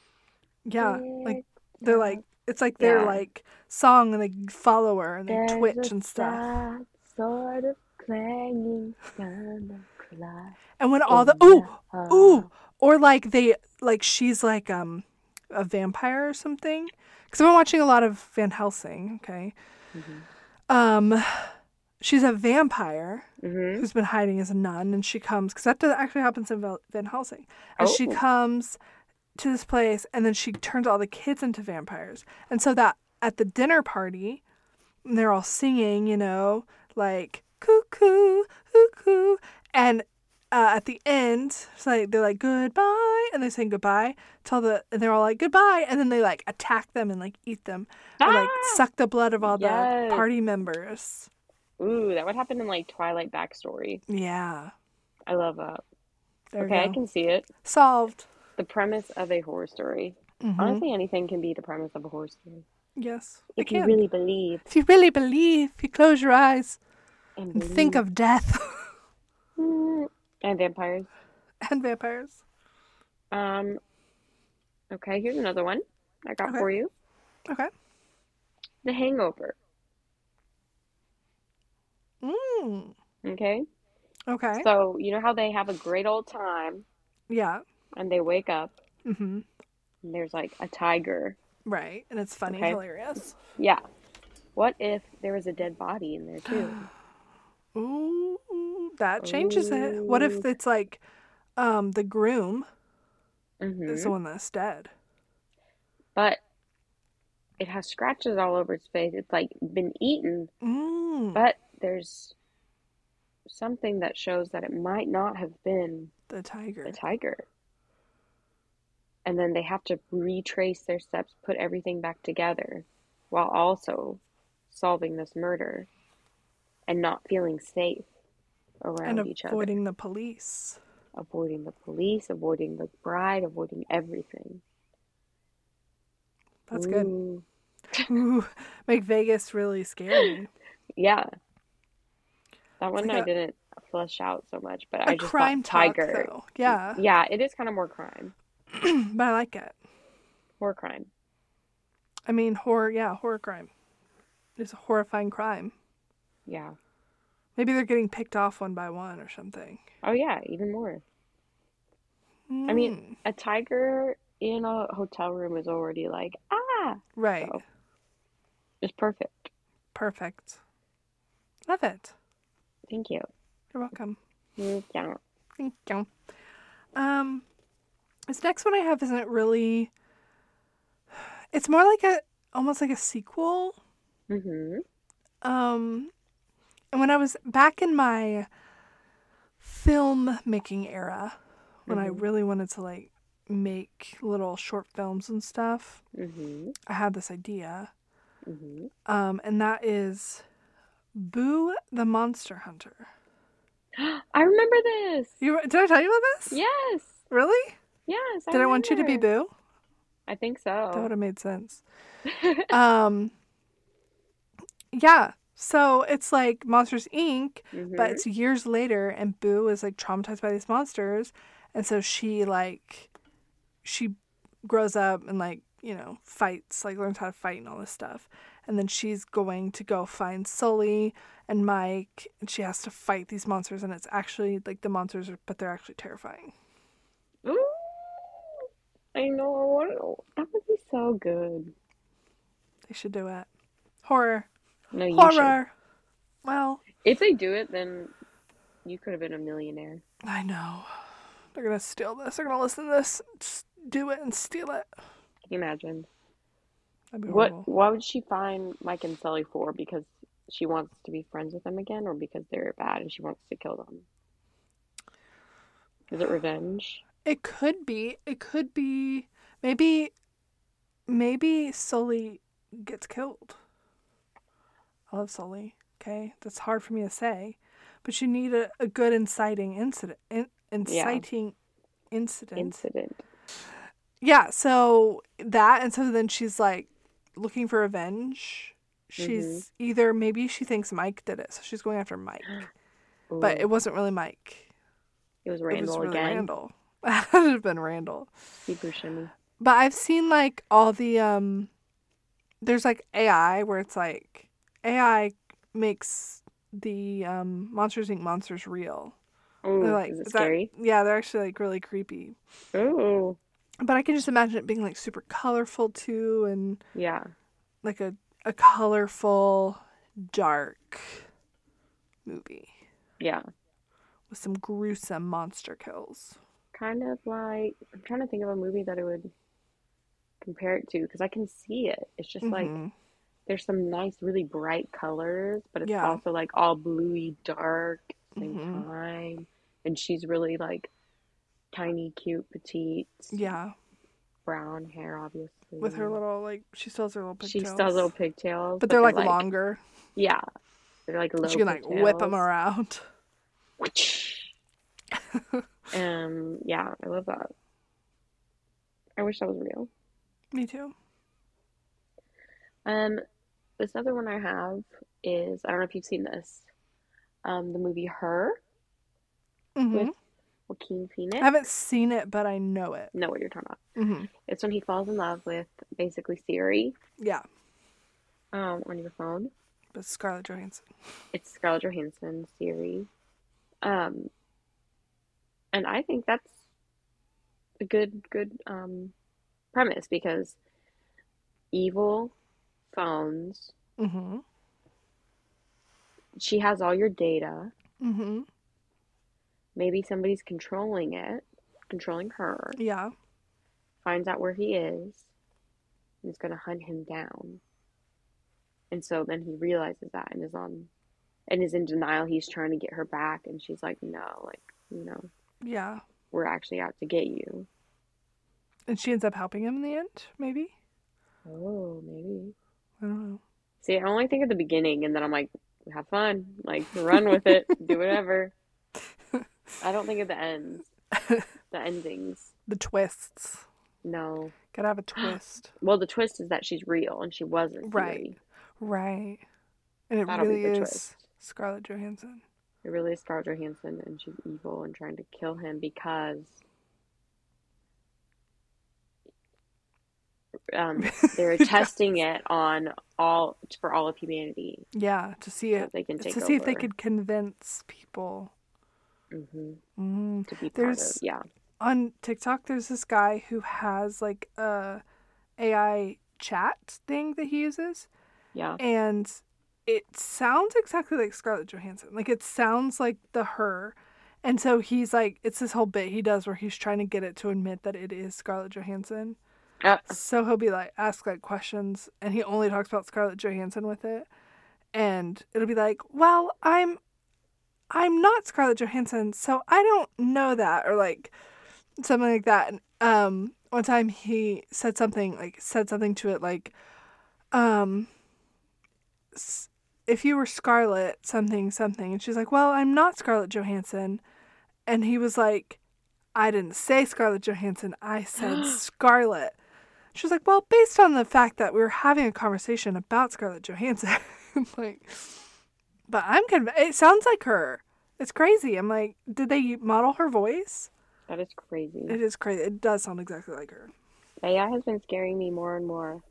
Speaker 1: Yeah, like they're like it's like
Speaker 2: Yeah.
Speaker 1: they're like song and they follow her and they
Speaker 2: There's
Speaker 1: twitch
Speaker 2: a
Speaker 1: and stuff.
Speaker 2: sad sort of clanging sound of glass
Speaker 1: And when all the
Speaker 2: in
Speaker 1: ooh
Speaker 2: heart.
Speaker 1: ooh or like they like she's like um a vampire or something because I've been watching a lot of Van Helsing. Okay,
Speaker 2: Mhm.
Speaker 1: um, she's a vampire
Speaker 2: Mhm.
Speaker 1: who's been hiding as a nun, and she comes because that does- actually happens in Val- Van Helsing. And she
Speaker 2: Oh.
Speaker 1: comes to this place, and then she turns all the kids into vampires. And so that at the dinner party, and they're all singing, you know, like cuckoo, cuckoo, and uh, at the end, it's like they're like goodbye, and they sing goodbye. Till the and they're all like goodbye, and then they like attack them and like eat them, or like
Speaker 2: Ah!
Speaker 1: suck the blood of all
Speaker 2: Yes.
Speaker 1: the party members.
Speaker 2: Ooh, that would happen in like Twilight backstory.
Speaker 1: Yeah,
Speaker 2: I love that.
Speaker 1: there
Speaker 2: okay,
Speaker 1: we
Speaker 2: I
Speaker 1: go.
Speaker 2: can see it.
Speaker 1: Solved.
Speaker 2: The premise of a horror story.
Speaker 1: Mhm.
Speaker 2: Honestly, anything can be the premise of a horror story
Speaker 1: Yes, I
Speaker 2: if you
Speaker 1: can.
Speaker 2: really believe
Speaker 1: if you really believe, if you close your eyes
Speaker 2: and
Speaker 1: and think
Speaker 2: believe.
Speaker 1: of death
Speaker 2: Mm, and vampires.
Speaker 1: and vampires.
Speaker 2: Um, okay, here's another one I got
Speaker 1: Okay.
Speaker 2: for you.
Speaker 1: Okay.
Speaker 2: The Hangover.
Speaker 1: Mm.
Speaker 2: Okay.
Speaker 1: Okay.
Speaker 2: So, you know how they have a great old time
Speaker 1: yeah.
Speaker 2: and they wake up
Speaker 1: hmm
Speaker 2: and there's like a tiger.
Speaker 1: Right. And it's funny,
Speaker 2: Okay.
Speaker 1: hilarious.
Speaker 2: Yeah. What if there was a dead body in there too?
Speaker 1: Ooh, that changes it. What if
Speaker 2: Ooh.
Speaker 1: it's like um the groom is
Speaker 2: hmm
Speaker 1: the one that's dead?
Speaker 2: But it has scratches all over its face. It's like been eaten,
Speaker 1: Mm,
Speaker 2: but there's something that shows that it might not have been
Speaker 1: the tiger.
Speaker 2: the tiger. And then they have to retrace their steps, put everything back together while also solving this murder and not feeling safe around
Speaker 1: and
Speaker 2: each other.
Speaker 1: avoiding the police.
Speaker 2: Avoiding the police, avoiding the bride, avoiding everything. Mm.
Speaker 1: That's good.
Speaker 2: Ooh.
Speaker 1: Ooh, make Vegas really scary.
Speaker 2: Yeah. That one
Speaker 1: like
Speaker 2: I
Speaker 1: a-
Speaker 2: didn't flesh out so much, but I
Speaker 1: A
Speaker 2: just
Speaker 1: crime
Speaker 2: thought
Speaker 1: talk
Speaker 2: tiger. Mm-hmm.
Speaker 1: though. Yeah.
Speaker 2: Yeah, it is kind of more crime.
Speaker 1: but I like it.
Speaker 2: More crime.
Speaker 1: I mean horror yeah, horror crime. It's a horrifying crime.
Speaker 2: Yeah.
Speaker 1: Maybe they're getting picked off one by one or something.
Speaker 2: Oh yeah, even more. I mean, a tiger in a hotel room is already like, ah,
Speaker 1: Mm, right.
Speaker 2: so. it's perfect.
Speaker 1: Perfect. Love it.
Speaker 2: Thank you.
Speaker 1: You're welcome.
Speaker 2: Mm, Yeah.
Speaker 1: Thank you. Um, this next one I have isn't really. It's more like a almost like a sequel.
Speaker 2: Mm-hmm.
Speaker 1: Um, and when I was back in my film making era, when I
Speaker 2: Mhm.
Speaker 1: really wanted to like make little short films and stuff,
Speaker 2: Mm-hmm.
Speaker 1: I had this idea.
Speaker 2: Mm-hmm.
Speaker 1: Um, and that is Boo the Monster Hunter.
Speaker 2: I remember this.
Speaker 1: You did I tell you about this?
Speaker 2: Yes.
Speaker 1: Really?
Speaker 2: Yes. I
Speaker 1: Did I want you to be
Speaker 2: remember. Oh.
Speaker 1: Boo?
Speaker 2: I think
Speaker 1: That would
Speaker 2: so.
Speaker 1: have made sense. um, yeah. So it's like Monsters Inc., but
Speaker 2: Mhm.
Speaker 1: it's years later, and Boo is like traumatized by these monsters, and so she like, she grows up and like you know fights, like learns how to fight and all this stuff, and then she's going to go find Sully and Mike, and she has to fight these monsters, and it's actually like the monsters, are, but they're actually terrifying.
Speaker 2: Ooh, I know. I want it. That would be so good.
Speaker 1: They should do it. Horror,
Speaker 2: No, you should.
Speaker 1: horror. Well,
Speaker 2: If they do it, then you could have been a millionaire.
Speaker 1: I know. They're gonna steal this. They're gonna listen to this. Just do it and steal it.
Speaker 2: Can you imagine?
Speaker 1: That'd be
Speaker 2: What
Speaker 1: horrible.
Speaker 2: what would she find Mike and Sully for? Because she wants to be friends with them again or because they're bad and she wants to kill them? Is it revenge?
Speaker 1: It could be. It could be. Maybe. Maybe Sully gets killed. I love Sully. Okay, that's hard for me to say, but you need a, a good inciting incident. In, inciting incident.
Speaker 2: Incident.
Speaker 1: yeah. So that, and so then she's like looking for revenge. She's
Speaker 2: Mm-hmm.
Speaker 1: either maybe she thinks Mike did it, so she's going after Mike, but
Speaker 2: Ooh,
Speaker 1: it wasn't really Mike.
Speaker 2: it was
Speaker 1: it was
Speaker 2: Randall
Speaker 1: really
Speaker 2: again.
Speaker 1: Randall. that would have been Randall.
Speaker 2: Steve Buscemi.
Speaker 1: But I've seen like all the um there's like AI where it's like AI makes the um Monsters Inc. monsters real.
Speaker 2: Ooh,
Speaker 1: They're like
Speaker 2: is it
Speaker 1: that-
Speaker 2: scary?
Speaker 1: yeah, they're actually like really creepy.
Speaker 2: Ooh,
Speaker 1: But I can just imagine it being like super colorful too and
Speaker 2: yeah.
Speaker 1: like a, a colorful dark movie
Speaker 2: Yeah.
Speaker 1: with some gruesome monster kills.
Speaker 2: Kind of like I'm trying to think of a movie that I would compare it to because I can see it. It's just like
Speaker 1: Mhm.
Speaker 2: there's some nice, really bright colors, but it's
Speaker 1: Yeah.
Speaker 2: also like all bluey dark at the same
Speaker 1: Mhm.
Speaker 2: time. And she's really like tiny, cute, petite,
Speaker 1: yeah,
Speaker 2: brown hair, obviously.
Speaker 1: with her little like she still has her little pigtails.
Speaker 2: Mm-hmm. she still has little pigtails,
Speaker 1: but they're like, longer.
Speaker 2: Yeah, they're like low.
Speaker 1: She can like whip them
Speaker 2: pigtails.
Speaker 1: around.
Speaker 2: um, yeah, I love that. I wish that was real.
Speaker 1: Me too.
Speaker 2: Um, this other one I have is I don't know if you've seen this, um, the movie Her,
Speaker 1: Mhm.
Speaker 2: Joaquin
Speaker 1: I
Speaker 2: Phoenix.
Speaker 1: haven't seen it, but I know it.
Speaker 2: know what you're talking about.
Speaker 1: hmm
Speaker 2: It's when he falls in love with basically Siri,
Speaker 1: Yeah,
Speaker 2: um, on your phone.
Speaker 1: but Scarlett Johansson.
Speaker 2: It's Scarlett Johansson, Siri. Um, and I think that's a good, good, um, premise because evil phones,
Speaker 1: hmm
Speaker 2: she has all your data.
Speaker 1: hmm
Speaker 2: Maybe somebody's controlling it, controlling her,
Speaker 1: Yeah.
Speaker 2: finds out where he is, and is going to hunt him down. And so then he realizes that and is on and is in denial. He's trying to get her back, and she's like, "No, like, you know,
Speaker 1: Yeah.
Speaker 2: we're actually out to get you."
Speaker 1: And she ends up helping him in the end, maybe?
Speaker 2: Oh, maybe.
Speaker 1: I don't know.
Speaker 2: See, I only think at the beginning, and then I'm like, "Have fun, like, run with it, do whatever." I don't think of the ends, the endings.
Speaker 1: The twists.
Speaker 2: No.
Speaker 1: Gotta have a twist.
Speaker 2: Well, the twist is that she's real and she wasn't.
Speaker 1: Right.
Speaker 2: Siri.
Speaker 1: right. And it
Speaker 2: That'll be
Speaker 1: really
Speaker 2: the
Speaker 1: is
Speaker 2: twist.
Speaker 1: Scarlett Johansson.
Speaker 2: It really is Scarlett Johansson, and she's evil and trying to kill him because um, they're testing it on all for all of humanity
Speaker 1: Yeah, to see
Speaker 2: so
Speaker 1: it.
Speaker 2: that they can
Speaker 1: To
Speaker 2: take
Speaker 1: see
Speaker 2: over.
Speaker 1: if they could convince people.
Speaker 2: hmm
Speaker 1: Mm.
Speaker 2: to be part of.
Speaker 1: There's-
Speaker 2: Yeah,
Speaker 1: on TikTok there's this guy who has like a AI chat thing that he uses
Speaker 2: yeah,
Speaker 1: and it sounds exactly like Scarlett Johansson. Like it sounds like the her. And so he's like it's this whole bit he does where he's trying to get it to admit that it is Scarlett Johansson.
Speaker 2: Uh,
Speaker 1: So he'll be like ask like questions and he only talks about Scarlett Johansson with it. And it'll be like, "Well, I'm I'm not Scarlett Johansson, so I don't know that or like something like that. And um one time he said something like said something to it like um s- if you were Scarlett something something and she's like, "Well, I'm not Scarlett Johansson." And he was like, "I didn't say Scarlett Johansson. I said Scarlett." She was like, "Well, based on the fact that we were having a conversation about Scarlett Johansson." like but I'm conv- it sounds like her. It's crazy. I'm like, did they model her voice?
Speaker 2: that is crazy.
Speaker 1: It is crazy. It does sound exactly like her.
Speaker 2: AI has been scaring me more and more.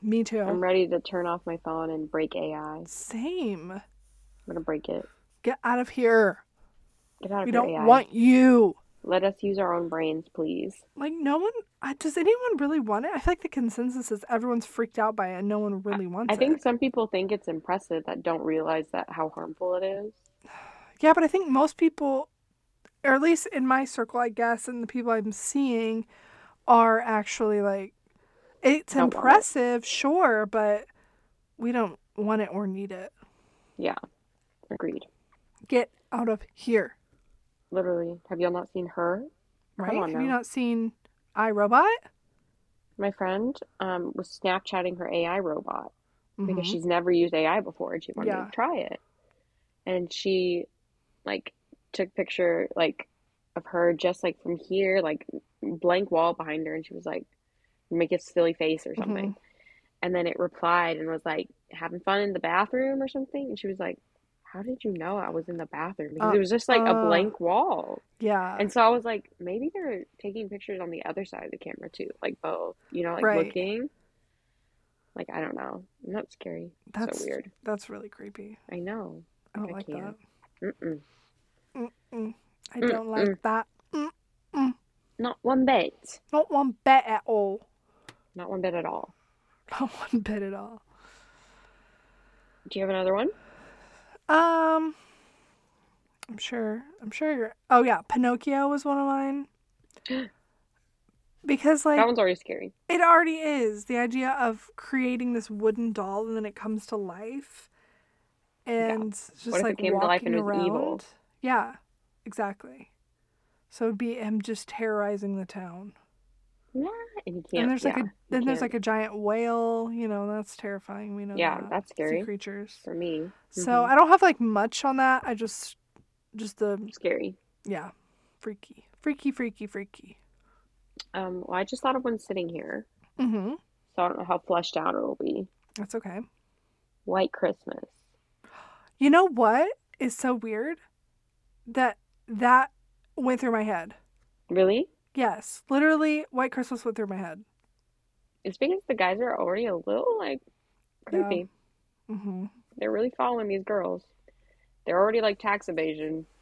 Speaker 1: Me
Speaker 2: I'm
Speaker 1: too.
Speaker 2: ready to turn off my phone and break AI. I'm
Speaker 1: Same.
Speaker 2: gonna break it.
Speaker 1: Get out of here.
Speaker 2: Get out of
Speaker 1: We
Speaker 2: your
Speaker 1: don't
Speaker 2: AI.
Speaker 1: want you.
Speaker 2: Let us use our own brains, please.
Speaker 1: Like no one. I, does anyone really want it? I feel like the consensus is everyone's freaked out by it. and No one really wants
Speaker 2: I think
Speaker 1: it.
Speaker 2: some people think it's impressive that don't realize that how harmful it is.
Speaker 1: Yeah, but I think most people or at least in my circle, I guess, and the people I'm seeing are actually like, it's
Speaker 2: Don't want it.
Speaker 1: impressive, sure, but we don't want it or need it.
Speaker 2: Yeah. Agreed.
Speaker 1: Get out of here,
Speaker 2: Literally. Have y'all not seen her?
Speaker 1: right?
Speaker 2: on
Speaker 1: Have you
Speaker 2: now.
Speaker 1: not seen iRobot?
Speaker 2: My friend um, was Snapchatting her AI robot
Speaker 1: Mhm.
Speaker 2: because she's never used AI before and she wanted
Speaker 1: Yeah.
Speaker 2: to try it. And she like took picture like of her just like from here, like blank wall behind her, and she was like make a silly face or something.
Speaker 1: Mm-hmm.
Speaker 2: And then it replied and was like having fun in the bathroom or something. And she was like, How did you know I was in the bathroom? Because
Speaker 1: Uh,
Speaker 2: it was just like
Speaker 1: uh.
Speaker 2: a blank wall.
Speaker 1: Yeah.
Speaker 2: And so I was like, maybe they're taking pictures on the other side of the camera too, like both, you know, like
Speaker 1: Right.
Speaker 2: looking. Like, I don't know. And That's scary.
Speaker 1: that's
Speaker 2: So weird.
Speaker 1: That's really creepy.
Speaker 2: I know.
Speaker 1: I don't
Speaker 2: I
Speaker 1: like that.
Speaker 2: can't. Mm-mm.
Speaker 1: Mm-mm. I don't like that. Mm,
Speaker 2: Not one bit.
Speaker 1: Not one bit at all.
Speaker 2: Not one bit at all.
Speaker 1: Not one bit at all.
Speaker 2: Do you have another one?
Speaker 1: Um, I'm sure. I'm sure you're. Oh yeah, Pinocchio was one of mine. Because like
Speaker 2: That one's already scary.
Speaker 1: it already is the idea of creating this wooden doll and then it comes to life, and it's just
Speaker 2: What if it
Speaker 1: like
Speaker 2: came to
Speaker 1: walking
Speaker 2: life and it was
Speaker 1: around.
Speaker 2: evil?
Speaker 1: Yeah, exactly. So it'd be him just terrorizing the town.
Speaker 2: Nah, and you can't.
Speaker 1: and there's like
Speaker 2: yeah,
Speaker 1: a then there's
Speaker 2: can't.
Speaker 1: like a giant whale. You know that's terrifying. We know
Speaker 2: yeah,
Speaker 1: that.
Speaker 2: that's
Speaker 1: Sea
Speaker 2: scary
Speaker 1: creatures.
Speaker 2: for me.
Speaker 1: So
Speaker 2: Mhm.
Speaker 1: I don't have like much on that. I just just the
Speaker 2: scary.
Speaker 1: yeah, freaky, freaky, freaky, freaky.
Speaker 2: Um, well, I just thought of one sitting here,
Speaker 1: Mm-hmm.
Speaker 2: so I don't know how fleshed out it will be.
Speaker 1: That's okay.
Speaker 2: White Christmas.
Speaker 1: You know what is so weird that that went through my head.
Speaker 2: Really?
Speaker 1: Yes, literally, White Christmas went through my head.
Speaker 2: It's because the guys are already a little like creepy.
Speaker 1: Mm-hmm.
Speaker 2: They're really following these girls. They're already like tax evasion.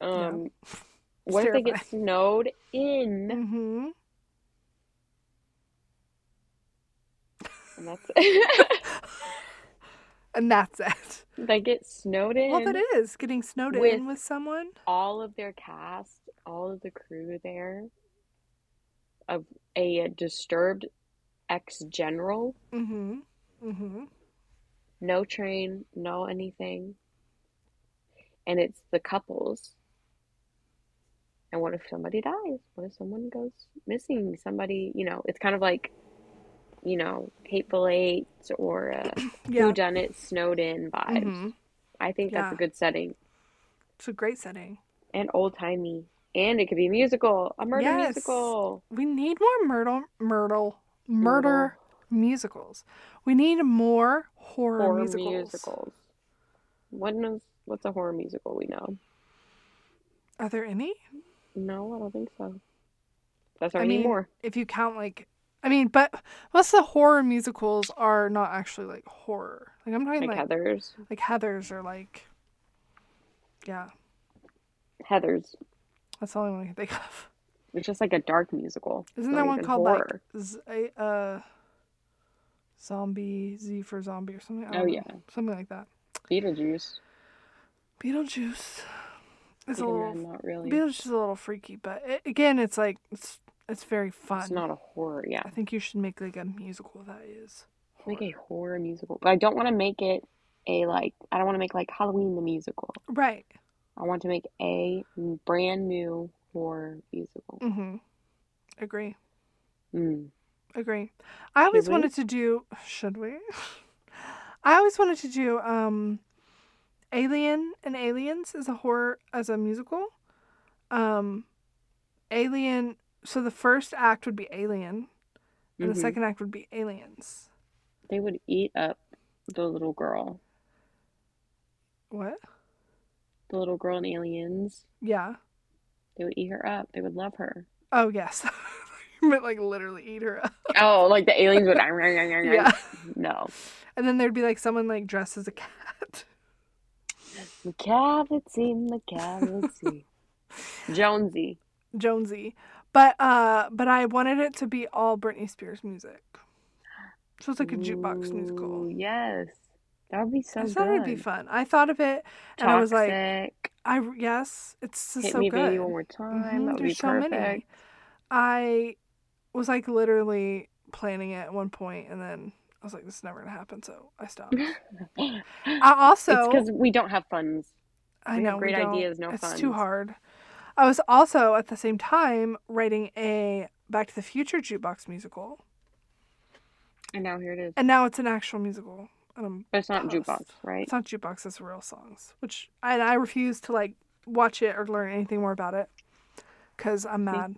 Speaker 2: Um, what if they get snowed in?
Speaker 1: Mm-hmm.
Speaker 2: And that's
Speaker 1: And that's it.
Speaker 2: they get snowed in.
Speaker 1: Well, that is getting snowed
Speaker 2: with-
Speaker 1: in with someone.
Speaker 2: all of their cast, all of the crew there, of a disturbed ex general.
Speaker 1: Mm-hmm. Mm-hmm.
Speaker 2: No train, no anything. And it's the couples. And what if somebody dies? What if someone goes missing? Somebody, you know, it's kind of like, you know, hateful eight or uh,
Speaker 1: Yeah.
Speaker 2: who done it snowed in vibes.
Speaker 1: Mhm.
Speaker 2: I think that's a
Speaker 1: Yeah.
Speaker 2: good setting
Speaker 1: It's a great setting.
Speaker 2: and old timey. And it could be a musical, a murder
Speaker 1: Yes.
Speaker 2: musical.
Speaker 1: We need more Myrtle, Myrtle, murder musicals. We need more horror,
Speaker 2: horror
Speaker 1: musicals.
Speaker 2: musicals. What knows what's a horror musical we know?
Speaker 1: Are there any?
Speaker 2: No, I don't think so. That's
Speaker 1: I
Speaker 2: already
Speaker 1: mean,
Speaker 2: more.
Speaker 1: if you count like, I mean, but most of the horror musicals are not actually like horror. Like I'm talking like
Speaker 2: Like,
Speaker 1: like,
Speaker 2: Heather's.
Speaker 1: Heather's or like, yeah,
Speaker 2: Heather's.
Speaker 1: that's the only one I can think of.
Speaker 2: It's just like a dark musical. It's
Speaker 1: Isn't
Speaker 2: not
Speaker 1: there one
Speaker 2: even
Speaker 1: called
Speaker 2: horror.
Speaker 1: like Z- I- uh, zombie Z for zombie or something? I
Speaker 2: Oh
Speaker 1: don't know.
Speaker 2: yeah.
Speaker 1: something like that.
Speaker 2: Beetlejuice.
Speaker 1: Beetlejuice is a
Speaker 2: Even
Speaker 1: little
Speaker 2: then, not really.
Speaker 1: Beetlejuice is a little freaky, but it, again, it's like it's it's very fun.
Speaker 2: It's not a horror, yeah.
Speaker 1: I think you should make like a musical that is.
Speaker 2: Make a horror musical. But I don't want to make it a like I don't want to make like Halloween the musical.
Speaker 1: Right.
Speaker 2: I want to make a brand new horror musical.
Speaker 1: Mm-hmm. Agree.
Speaker 2: Mm.
Speaker 1: Agree. I always
Speaker 2: we?
Speaker 1: wanted to do. Should we? I always wanted to do um, Alien and Aliens as a horror as a musical. Um, Alien. So the first act would be Alien, and
Speaker 2: Mhm.
Speaker 1: the second act would be Aliens.
Speaker 2: They would eat up the little girl.
Speaker 1: What?
Speaker 2: The little girl in Aliens.
Speaker 1: Yeah.
Speaker 2: They would eat her up. They would love her.
Speaker 1: Oh yes. you meant like literally eat her up.
Speaker 2: Oh, like the aliens would.
Speaker 1: Yeah.
Speaker 2: No.
Speaker 1: And then there'd be like someone like dressed as a cat.
Speaker 2: Macavity, macavity. Jonesy.
Speaker 1: Jonesy. But uh but I wanted it to be all Britney Spears music. So it's like a jukebox
Speaker 2: Ooh,
Speaker 1: musical.
Speaker 2: Yes. That would be so
Speaker 1: I
Speaker 2: good.
Speaker 1: thought it'd be fun. I thought of it and I was like
Speaker 2: Toxic.
Speaker 1: I yes, it's just
Speaker 2: Hit
Speaker 1: so
Speaker 2: me,
Speaker 1: good.
Speaker 2: baby, one more time.
Speaker 1: Mhm,
Speaker 2: That would be
Speaker 1: there's so
Speaker 2: perfect.
Speaker 1: many. I was like literally planning it at one point, and then I was like, "This is never gonna happen," so I stopped. I
Speaker 2: it's
Speaker 1: also,
Speaker 2: because we don't have funds.
Speaker 1: I
Speaker 2: we
Speaker 1: know
Speaker 2: have great
Speaker 1: we don't,
Speaker 2: ideas, no
Speaker 1: it's
Speaker 2: funds.
Speaker 1: too hard. I was also at the same time writing a Back to the Future jukebox musical,
Speaker 2: And now here it is.
Speaker 1: and now it's an actual musical. And I'm,
Speaker 2: But it's not
Speaker 1: Post.
Speaker 2: jukebox, right?
Speaker 1: it's not jukebox; it's real songs. Which and I refuse to like watch it or learn anything more about it because I'm mad.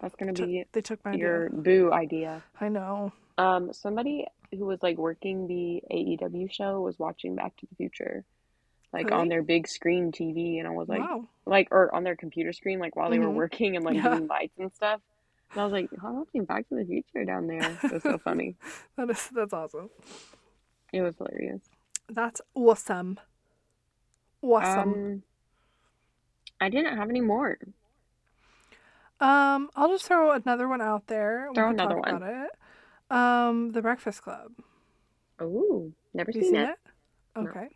Speaker 2: That's gonna
Speaker 1: Took-
Speaker 2: be
Speaker 1: they took my
Speaker 2: your
Speaker 1: idea.
Speaker 2: boo idea.
Speaker 1: I know.
Speaker 2: Um, somebody who was like working the AEW show was watching Back to the Future, like
Speaker 1: Really?
Speaker 2: on their big screen TV, and I was like,
Speaker 1: wow.
Speaker 2: like or on their computer screen like while they were
Speaker 1: Mhm.
Speaker 2: working and like
Speaker 1: Yeah.
Speaker 2: doing lights and stuff and i was like i'm watching back to the future down there it was so funny
Speaker 1: That is that's awesome.
Speaker 2: it was hilarious
Speaker 1: That's awesome. Awesome.
Speaker 2: um i didn't have any more
Speaker 1: Um, I'll just throw another one out there. and
Speaker 2: Throw
Speaker 1: can
Speaker 2: another
Speaker 1: talk
Speaker 2: one.
Speaker 1: About it. Um, The Breakfast Club.
Speaker 2: oh never
Speaker 1: Have you
Speaker 2: seen,
Speaker 1: seen
Speaker 2: it.
Speaker 1: it?
Speaker 2: No.
Speaker 1: Okay.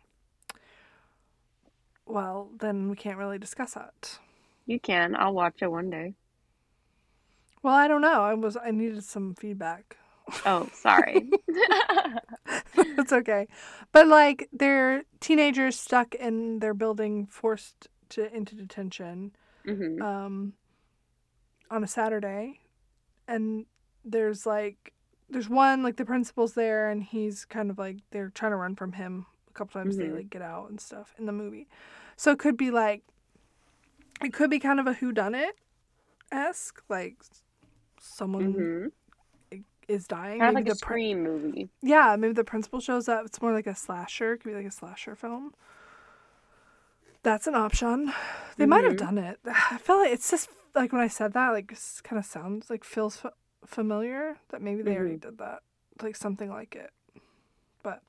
Speaker 1: Well, then we can't really discuss that.
Speaker 2: you can i'll watch it one day
Speaker 1: Well, I don't know. I was I needed some feedback.
Speaker 2: oh sorry
Speaker 1: That's okay. But like they're teenagers stuck in their building forced to into detention.
Speaker 2: hmm
Speaker 1: um, on a Saturday, and there's like there's one like the principal's there, and he's kind of like they're trying to run from him. A couple times they
Speaker 2: Mhm.
Speaker 1: like get out and stuff in the movie, so it could be like it could be kind of a who done it esque like s- someone
Speaker 2: hmm
Speaker 1: is dying.
Speaker 2: kind of
Speaker 1: Maybe
Speaker 2: like a
Speaker 1: the pri-
Speaker 2: scream movie
Speaker 1: yeah, maybe the principal shows up. It's more like a slasher. It could be like a slasher film. That's an option. They might have
Speaker 2: Mhm.
Speaker 1: done it. I feel like it's just like when I said that, like kind of sounds like feels f- familiar. That maybe they already
Speaker 2: Mm-hmm.
Speaker 1: did that, like something like it. But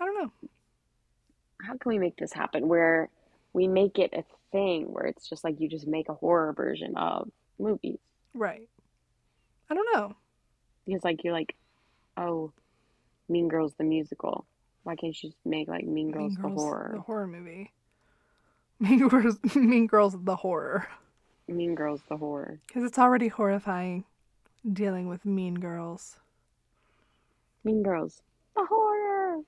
Speaker 1: I don't know.
Speaker 2: how can we make this happen where we make it a thing where it's just like you just make a horror version of movies
Speaker 1: Right. I don't know.
Speaker 2: Because like you're like, oh, Mean Girls the musical. Why can't you just make like Mean Girls, the horror?
Speaker 1: the horror movie. Mean Girls, Mean Girls, the horror,
Speaker 2: mean Girls the horror.
Speaker 1: because it's already horrifying dealing with mean girls.
Speaker 2: Mean Girls the horror.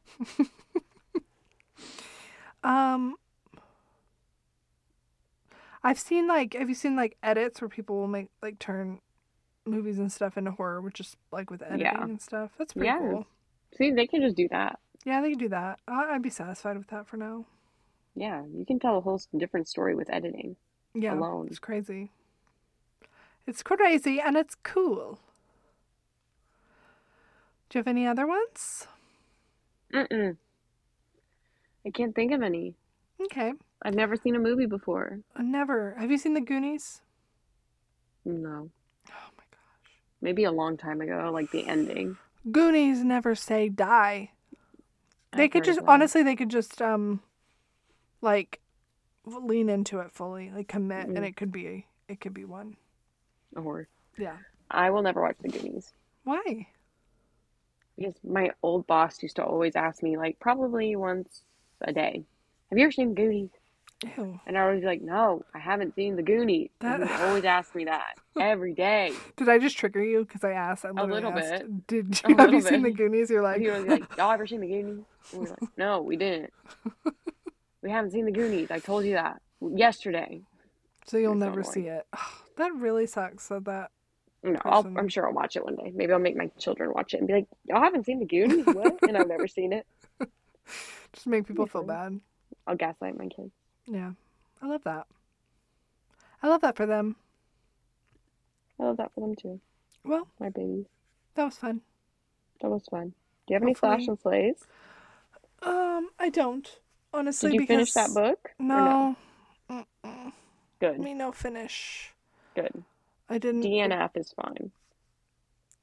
Speaker 1: Um, I've seen like, have you seen like edits where people will make like turn movies and stuff into horror, which is like with editing
Speaker 2: Yeah.
Speaker 1: and stuff. That's pretty
Speaker 2: Yes.
Speaker 1: cool.
Speaker 2: See, they can just do that.
Speaker 1: Yeah, they can do that. I- I'd be satisfied with that for now.
Speaker 2: Yeah, you can tell a whole s- different story with editing
Speaker 1: Yeah,
Speaker 2: alone.
Speaker 1: it's crazy. It's crazy and it's cool. Do you have any other ones?
Speaker 2: Mm-mm. I can't think of any.
Speaker 1: Okay,
Speaker 2: I've never seen a movie before.
Speaker 1: I never. Have you seen the Goonies?
Speaker 2: No,
Speaker 1: Oh my god,
Speaker 2: maybe a long time ago, like the ending.
Speaker 1: Goonies never say die. they
Speaker 2: I've
Speaker 1: could
Speaker 2: heard
Speaker 1: just
Speaker 2: of that.
Speaker 1: honestly they could just um like v- lean into it fully like commit and
Speaker 2: Mm.
Speaker 1: it could be it could be one
Speaker 2: a horror.
Speaker 1: yeah
Speaker 2: I will never watch the Goonies.
Speaker 1: why
Speaker 2: because my old boss used to always ask me like probably once a day have you ever seen goonies
Speaker 1: Ew.
Speaker 2: and i would be like no i haven't seen the goonies and he
Speaker 1: That-
Speaker 2: would always asked me that every day
Speaker 1: did i just trigger you because i asked i literally
Speaker 2: little
Speaker 1: asked
Speaker 2: bit.
Speaker 1: did
Speaker 2: A
Speaker 1: you have you
Speaker 2: little
Speaker 1: seen the
Speaker 2: bit.
Speaker 1: goonies you're like
Speaker 2: he would be like y'all ever seen the goonies and we're like no we didn't we haven't seen the goonies i told you that yesterday
Speaker 1: so you'll
Speaker 2: It's so
Speaker 1: never see it that really sucks that that
Speaker 2: no I'll,
Speaker 1: Person.
Speaker 2: i'm sure i'll watch it one day maybe i'll make my children watch it and be like y'all haven't seen the goonies what and i've never seen it
Speaker 1: just make people feel
Speaker 2: fine.
Speaker 1: bad
Speaker 2: i'll gaslight my kids
Speaker 1: yeah i love that i love that for them
Speaker 2: i love that for them too
Speaker 1: well
Speaker 2: my babies
Speaker 1: that was fun
Speaker 2: that was fun do you have any
Speaker 1: Hopefully-
Speaker 2: flash and slays
Speaker 1: um i don't honestly
Speaker 2: Did you
Speaker 1: because
Speaker 2: finish that book? or
Speaker 1: no, Mm-mm.
Speaker 2: Good.
Speaker 1: me no finish
Speaker 2: Good.
Speaker 1: i didn't
Speaker 2: DNF is fine.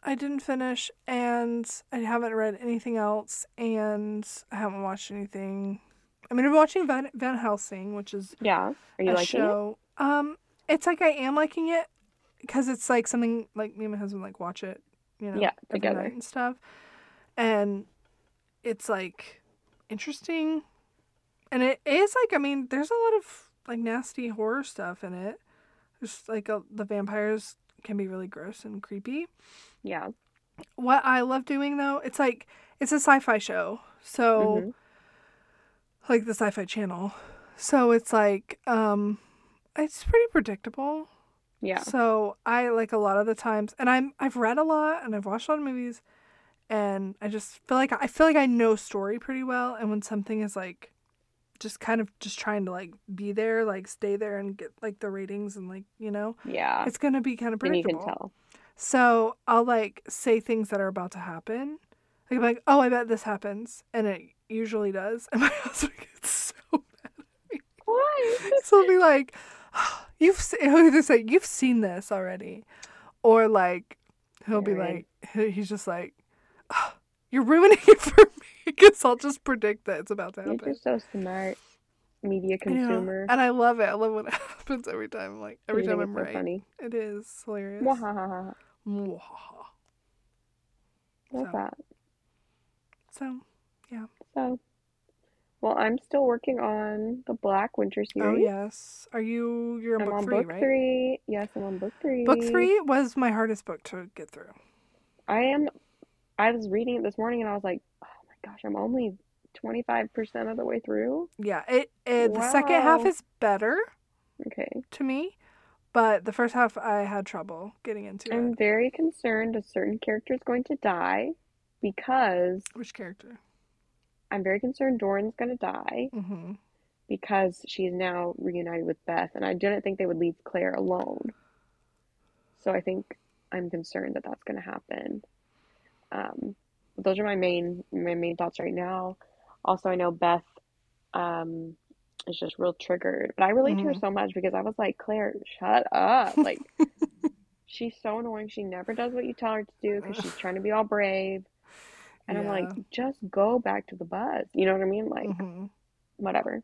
Speaker 1: I didn't finish and I haven't read anything else and I haven't watched anything. I mean, I've been watching Van, Van Helsing, which is
Speaker 2: Yeah. Are you
Speaker 1: a
Speaker 2: liking
Speaker 1: show. Um, it's like I am liking it because it's like something like me and my husband like watch it, you know,
Speaker 2: Yeah,
Speaker 1: every
Speaker 2: together.
Speaker 1: night and stuff. And it's like interesting. And it is like I mean, there's a lot of like nasty horror stuff in it. There's like a, the vampires can be really gross and creepy.
Speaker 2: Yeah.
Speaker 1: What I love doing though, it's like it's a sci-fi show. So
Speaker 2: Mhm. Mm-hmm.
Speaker 1: like the sci-fi channel. So it's like um it's pretty predictable.
Speaker 2: Yeah.
Speaker 1: So I like a lot of the times and I'm I've read a lot and I've watched a lot of movies and I just feel like I feel like I know story pretty well and when something is like just kind of just trying to like be there, like stay there and get like the ratings and like, you know,
Speaker 2: Yeah.
Speaker 1: it's going to be kind of
Speaker 2: Uh, and you
Speaker 1: predictable.
Speaker 2: can tell.
Speaker 1: So I'll like say things that are about to happen. Like I'm like, oh, I bet this happens, and it usually does. And my husband gets so
Speaker 2: Why?
Speaker 1: so he'll be like, you've se- he'll either say you've seen this already, or like he'll be
Speaker 2: Aaron.
Speaker 1: like he- he's just like, "Ah, you're ruining it for me because I'll just predict that it's about to
Speaker 2: You're
Speaker 1: happen.
Speaker 2: just so smart, media
Speaker 1: I know.
Speaker 2: consumer.
Speaker 1: and I love it. I love when it happens every time. I'm Like every
Speaker 2: You
Speaker 1: time
Speaker 2: think
Speaker 1: I'm
Speaker 2: it's so
Speaker 1: right,
Speaker 2: funny.
Speaker 1: it is hilarious.
Speaker 2: Wahahaha.
Speaker 1: Mwahaha.
Speaker 2: Love
Speaker 1: So.
Speaker 2: that.
Speaker 1: So
Speaker 2: So, well, I'm still working on the Black Winter series.
Speaker 1: Oh yes. Are you you're in
Speaker 2: I'm
Speaker 1: book
Speaker 2: on
Speaker 1: three,
Speaker 2: book
Speaker 1: right?
Speaker 2: three. Yes, I'm on book three.
Speaker 1: Book three was my hardest book to get through.
Speaker 2: I am. I was reading it this morning, and I was like, "Oh my gosh, I'm only 25 percent of the way through."
Speaker 1: Yeah. It, it the second half
Speaker 2: Wow.
Speaker 1: is better
Speaker 2: Okay.
Speaker 1: to me, but the first half I had trouble getting into
Speaker 2: I'm
Speaker 1: it.
Speaker 2: very concerned a certain character is going to die because
Speaker 1: Which character?
Speaker 2: I'm very concerned Doran's going to die
Speaker 1: Mm-hmm.
Speaker 2: because she is now reunited with Beth, and I didn't think they would leave Claire alone. So I think I'm concerned that that's going to happen. Um, those are my main my main thoughts right now. Also, I know Beth um, is just real triggered, but I relate to her
Speaker 1: Mhm.
Speaker 2: so much because I was like, Claire, shut up! Like she's so annoying. She never does what you tell her to do because she's trying to be all brave. And I'm like,
Speaker 1: Yeah.
Speaker 2: just go back to the bus. You know what I mean? Like,
Speaker 1: hmm
Speaker 2: whatever.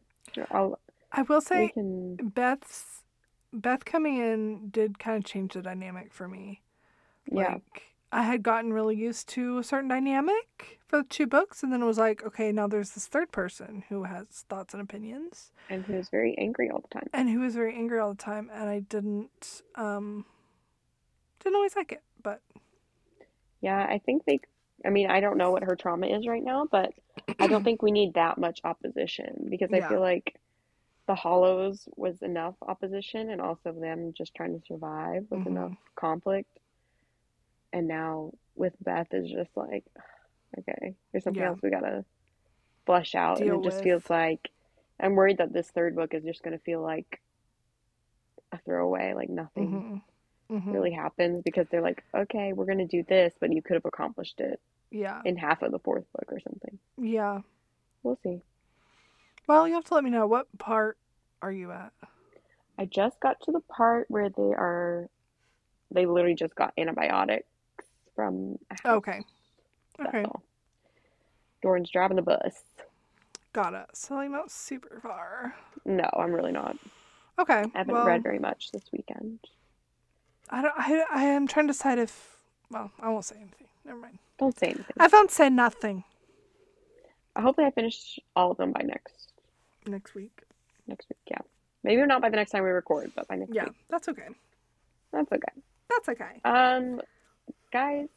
Speaker 2: I'll,
Speaker 1: I will
Speaker 2: we
Speaker 1: say
Speaker 2: can.
Speaker 1: Beth's Beth coming in did kind of change the dynamic for me.
Speaker 2: Yeah.
Speaker 1: Like I had gotten really used to a certain dynamic for the two books and then it was like, okay, now there's this third person who has thoughts and opinions.
Speaker 2: And who's very angry all the time.
Speaker 1: and who was very angry all the time and i didn't um didn't always like it but
Speaker 2: Yeah, I think they. I mean, I don't know what her trauma is right now, but I don't think we need that much opposition because I
Speaker 1: Yeah.
Speaker 2: feel like the Hollows was enough opposition and also them just trying to survive was
Speaker 1: Mm-hmm.
Speaker 2: enough conflict. And now with Beth is just like, okay, there's something
Speaker 1: Yeah.
Speaker 2: else we gotta flush out, and
Speaker 1: Deal
Speaker 2: it just
Speaker 1: with.
Speaker 2: feels like I'm worried that this third book is just gonna feel like a throwaway, like nothing
Speaker 1: mhm, mhm.
Speaker 2: Mm-hmm. really happens because they're like, okay, we're gonna do this, but you could have accomplished it
Speaker 1: yeah
Speaker 2: in half of the fourth book or something.
Speaker 1: yeah
Speaker 2: We'll see.
Speaker 1: well you have to let me know what part are you at
Speaker 2: I just got to the part where they are, they literally just got antibiotics from a house.
Speaker 1: okay
Speaker 2: That's
Speaker 1: okay
Speaker 2: all. Doran's driving the bus.
Speaker 1: got it so like not super far
Speaker 2: No, I'm really not.
Speaker 1: okay
Speaker 2: I haven't
Speaker 1: well
Speaker 2: read very much this weekend.
Speaker 1: i don't I, I am trying to decide if well i won't say anything never mind
Speaker 2: Don't say anything.
Speaker 1: i found say nothing
Speaker 2: Hopefully, I finish all of them by next
Speaker 1: next week
Speaker 2: next week. Yeah, maybe not by the next time we record, but by next
Speaker 1: yeah
Speaker 2: week.
Speaker 1: that's okay
Speaker 2: That's okay.
Speaker 1: that's okay
Speaker 2: Um, guys,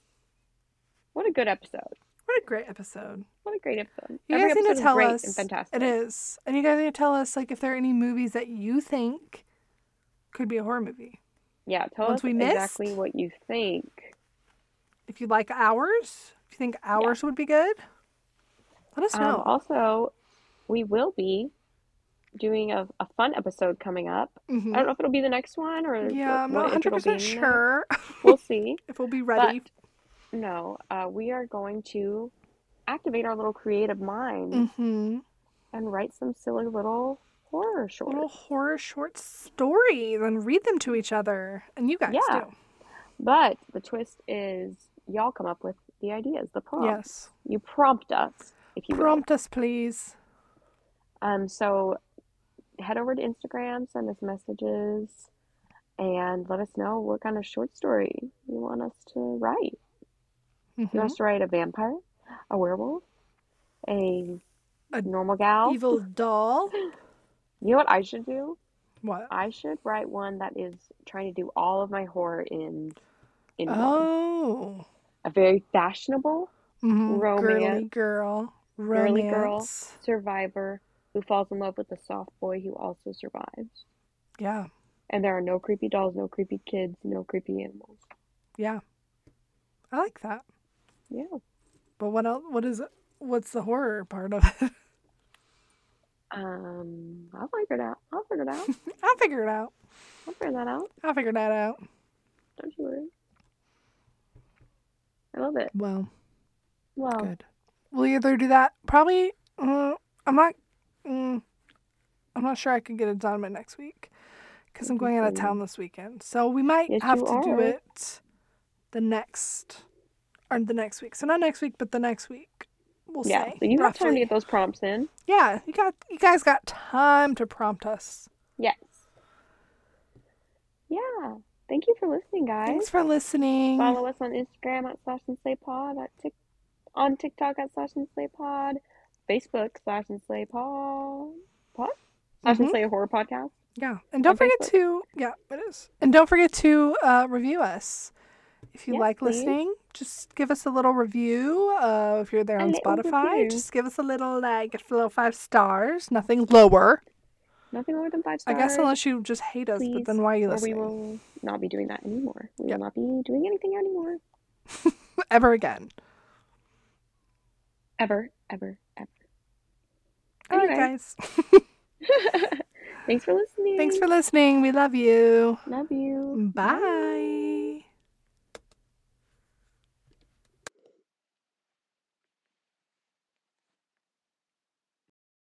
Speaker 2: what a good episode.
Speaker 1: what a great episode
Speaker 2: What a great episode.
Speaker 1: You
Speaker 2: Every
Speaker 1: guys need
Speaker 2: episode
Speaker 1: to
Speaker 2: is
Speaker 1: tell
Speaker 2: great
Speaker 1: us.
Speaker 2: and fantastic.
Speaker 1: It is, and you guys need to tell us like if there are any movies that you think could be a horror movie.
Speaker 2: Yeah, tell
Speaker 1: Ones
Speaker 2: us
Speaker 1: we missed.
Speaker 2: exactly what you think.
Speaker 1: If you like ours, if you think ours would be good, let us
Speaker 2: Um,
Speaker 1: know.
Speaker 2: also, we will be doing a, a fun episode coming up.
Speaker 1: Mhm.
Speaker 2: I don't know if it'll be the next one or
Speaker 1: Yeah, I'm
Speaker 2: what-
Speaker 1: not
Speaker 2: if
Speaker 1: 100
Speaker 2: it'll be
Speaker 1: percent
Speaker 2: in uh, the-
Speaker 1: sure
Speaker 2: We'll see.
Speaker 1: if we'll be ready.
Speaker 2: No, uh, we are going to activate our little creative mind
Speaker 1: hmm
Speaker 2: and write some silly little horror shorts.
Speaker 1: Little horror short stories and read them to each other, and you guys
Speaker 2: Yeah.
Speaker 1: do.
Speaker 2: But the twist is, y'all come up with the ideas, the prompt.
Speaker 1: Yes,
Speaker 2: You prompt us, if you will.
Speaker 1: prompt us, please.
Speaker 2: Um, so head over to Instagram, send us messages, and let us know what kind of short story you want us to write. You
Speaker 1: Mhm.
Speaker 2: want us to write a vampire, a werewolf, a
Speaker 1: A
Speaker 2: normal gal.
Speaker 1: Evil doll.
Speaker 2: You know what I should do?
Speaker 1: What?
Speaker 2: I should write one that is trying to do all of my horror in in one.
Speaker 1: Oh.
Speaker 2: A very fashionable
Speaker 1: Mhm, Girly
Speaker 2: Romance.
Speaker 1: girl.
Speaker 2: Girly girl.
Speaker 1: Romance.
Speaker 2: survivor who falls in love with a soft boy who also survives.
Speaker 1: Yeah.
Speaker 2: And there are no creepy dolls, no creepy kids, no creepy animals.
Speaker 1: Yeah. I like that.
Speaker 2: Yeah.
Speaker 1: But what else what is what's the horror part of it?
Speaker 2: Um, I'll figure it out. I'll figure it out.
Speaker 1: I'll figure it out.
Speaker 2: I'll figure that out.
Speaker 1: I'll figure that out.
Speaker 2: Don't you worry. I love it.
Speaker 1: Well,
Speaker 2: Well,
Speaker 1: good. We'll either do that probably uh, I'm not mm, I'm not sure I can get it done by next week cuz I'm going out of
Speaker 2: Mhm.
Speaker 1: town this weekend. So we might
Speaker 2: Yes,
Speaker 1: have
Speaker 2: you
Speaker 1: to do
Speaker 2: are.
Speaker 1: it the next or the next week. So not next week, but the next week. We'll
Speaker 2: yeah.
Speaker 1: say.
Speaker 2: So you have time to
Speaker 1: roughly.
Speaker 2: get those prompts in.
Speaker 1: Yeah, you got you guys got time to prompt us.
Speaker 2: Yes. Yeah. Thank you for listening, guys.
Speaker 1: Thanks for listening.
Speaker 2: Follow us on Instagram at slash and slay pod, at tic- on TikTok at slash and slay pod, Facebook slash and slay pod, pod? slash and
Speaker 1: Mhm.
Speaker 2: slay horror podcast.
Speaker 1: Yeah, and don't
Speaker 2: on
Speaker 1: forget
Speaker 2: Facebook.
Speaker 1: to yeah, it is. And don't forget to uh, review us if you
Speaker 2: Yes,
Speaker 1: like
Speaker 2: please.
Speaker 1: listening. Just give us a little review. Uh, if you're there
Speaker 2: A
Speaker 1: on
Speaker 2: little
Speaker 1: Spotify,
Speaker 2: review.
Speaker 1: just give us a little like a little five stars, nothing lower.
Speaker 2: Nothing lower than five
Speaker 1: I
Speaker 2: stars.
Speaker 1: guess unless you just hate us, but
Speaker 2: please,
Speaker 1: then why are you
Speaker 2: or we
Speaker 1: listening
Speaker 2: will not be doing that anymore. We
Speaker 1: Yep.
Speaker 2: will not be doing anything anymore.
Speaker 1: ever again?
Speaker 2: Ever, ever, ever.
Speaker 1: All right,
Speaker 2: Anyway.
Speaker 1: guys.
Speaker 2: Thanks for listening.
Speaker 1: Thanks for listening. We love you.
Speaker 2: Love you.
Speaker 1: Bye.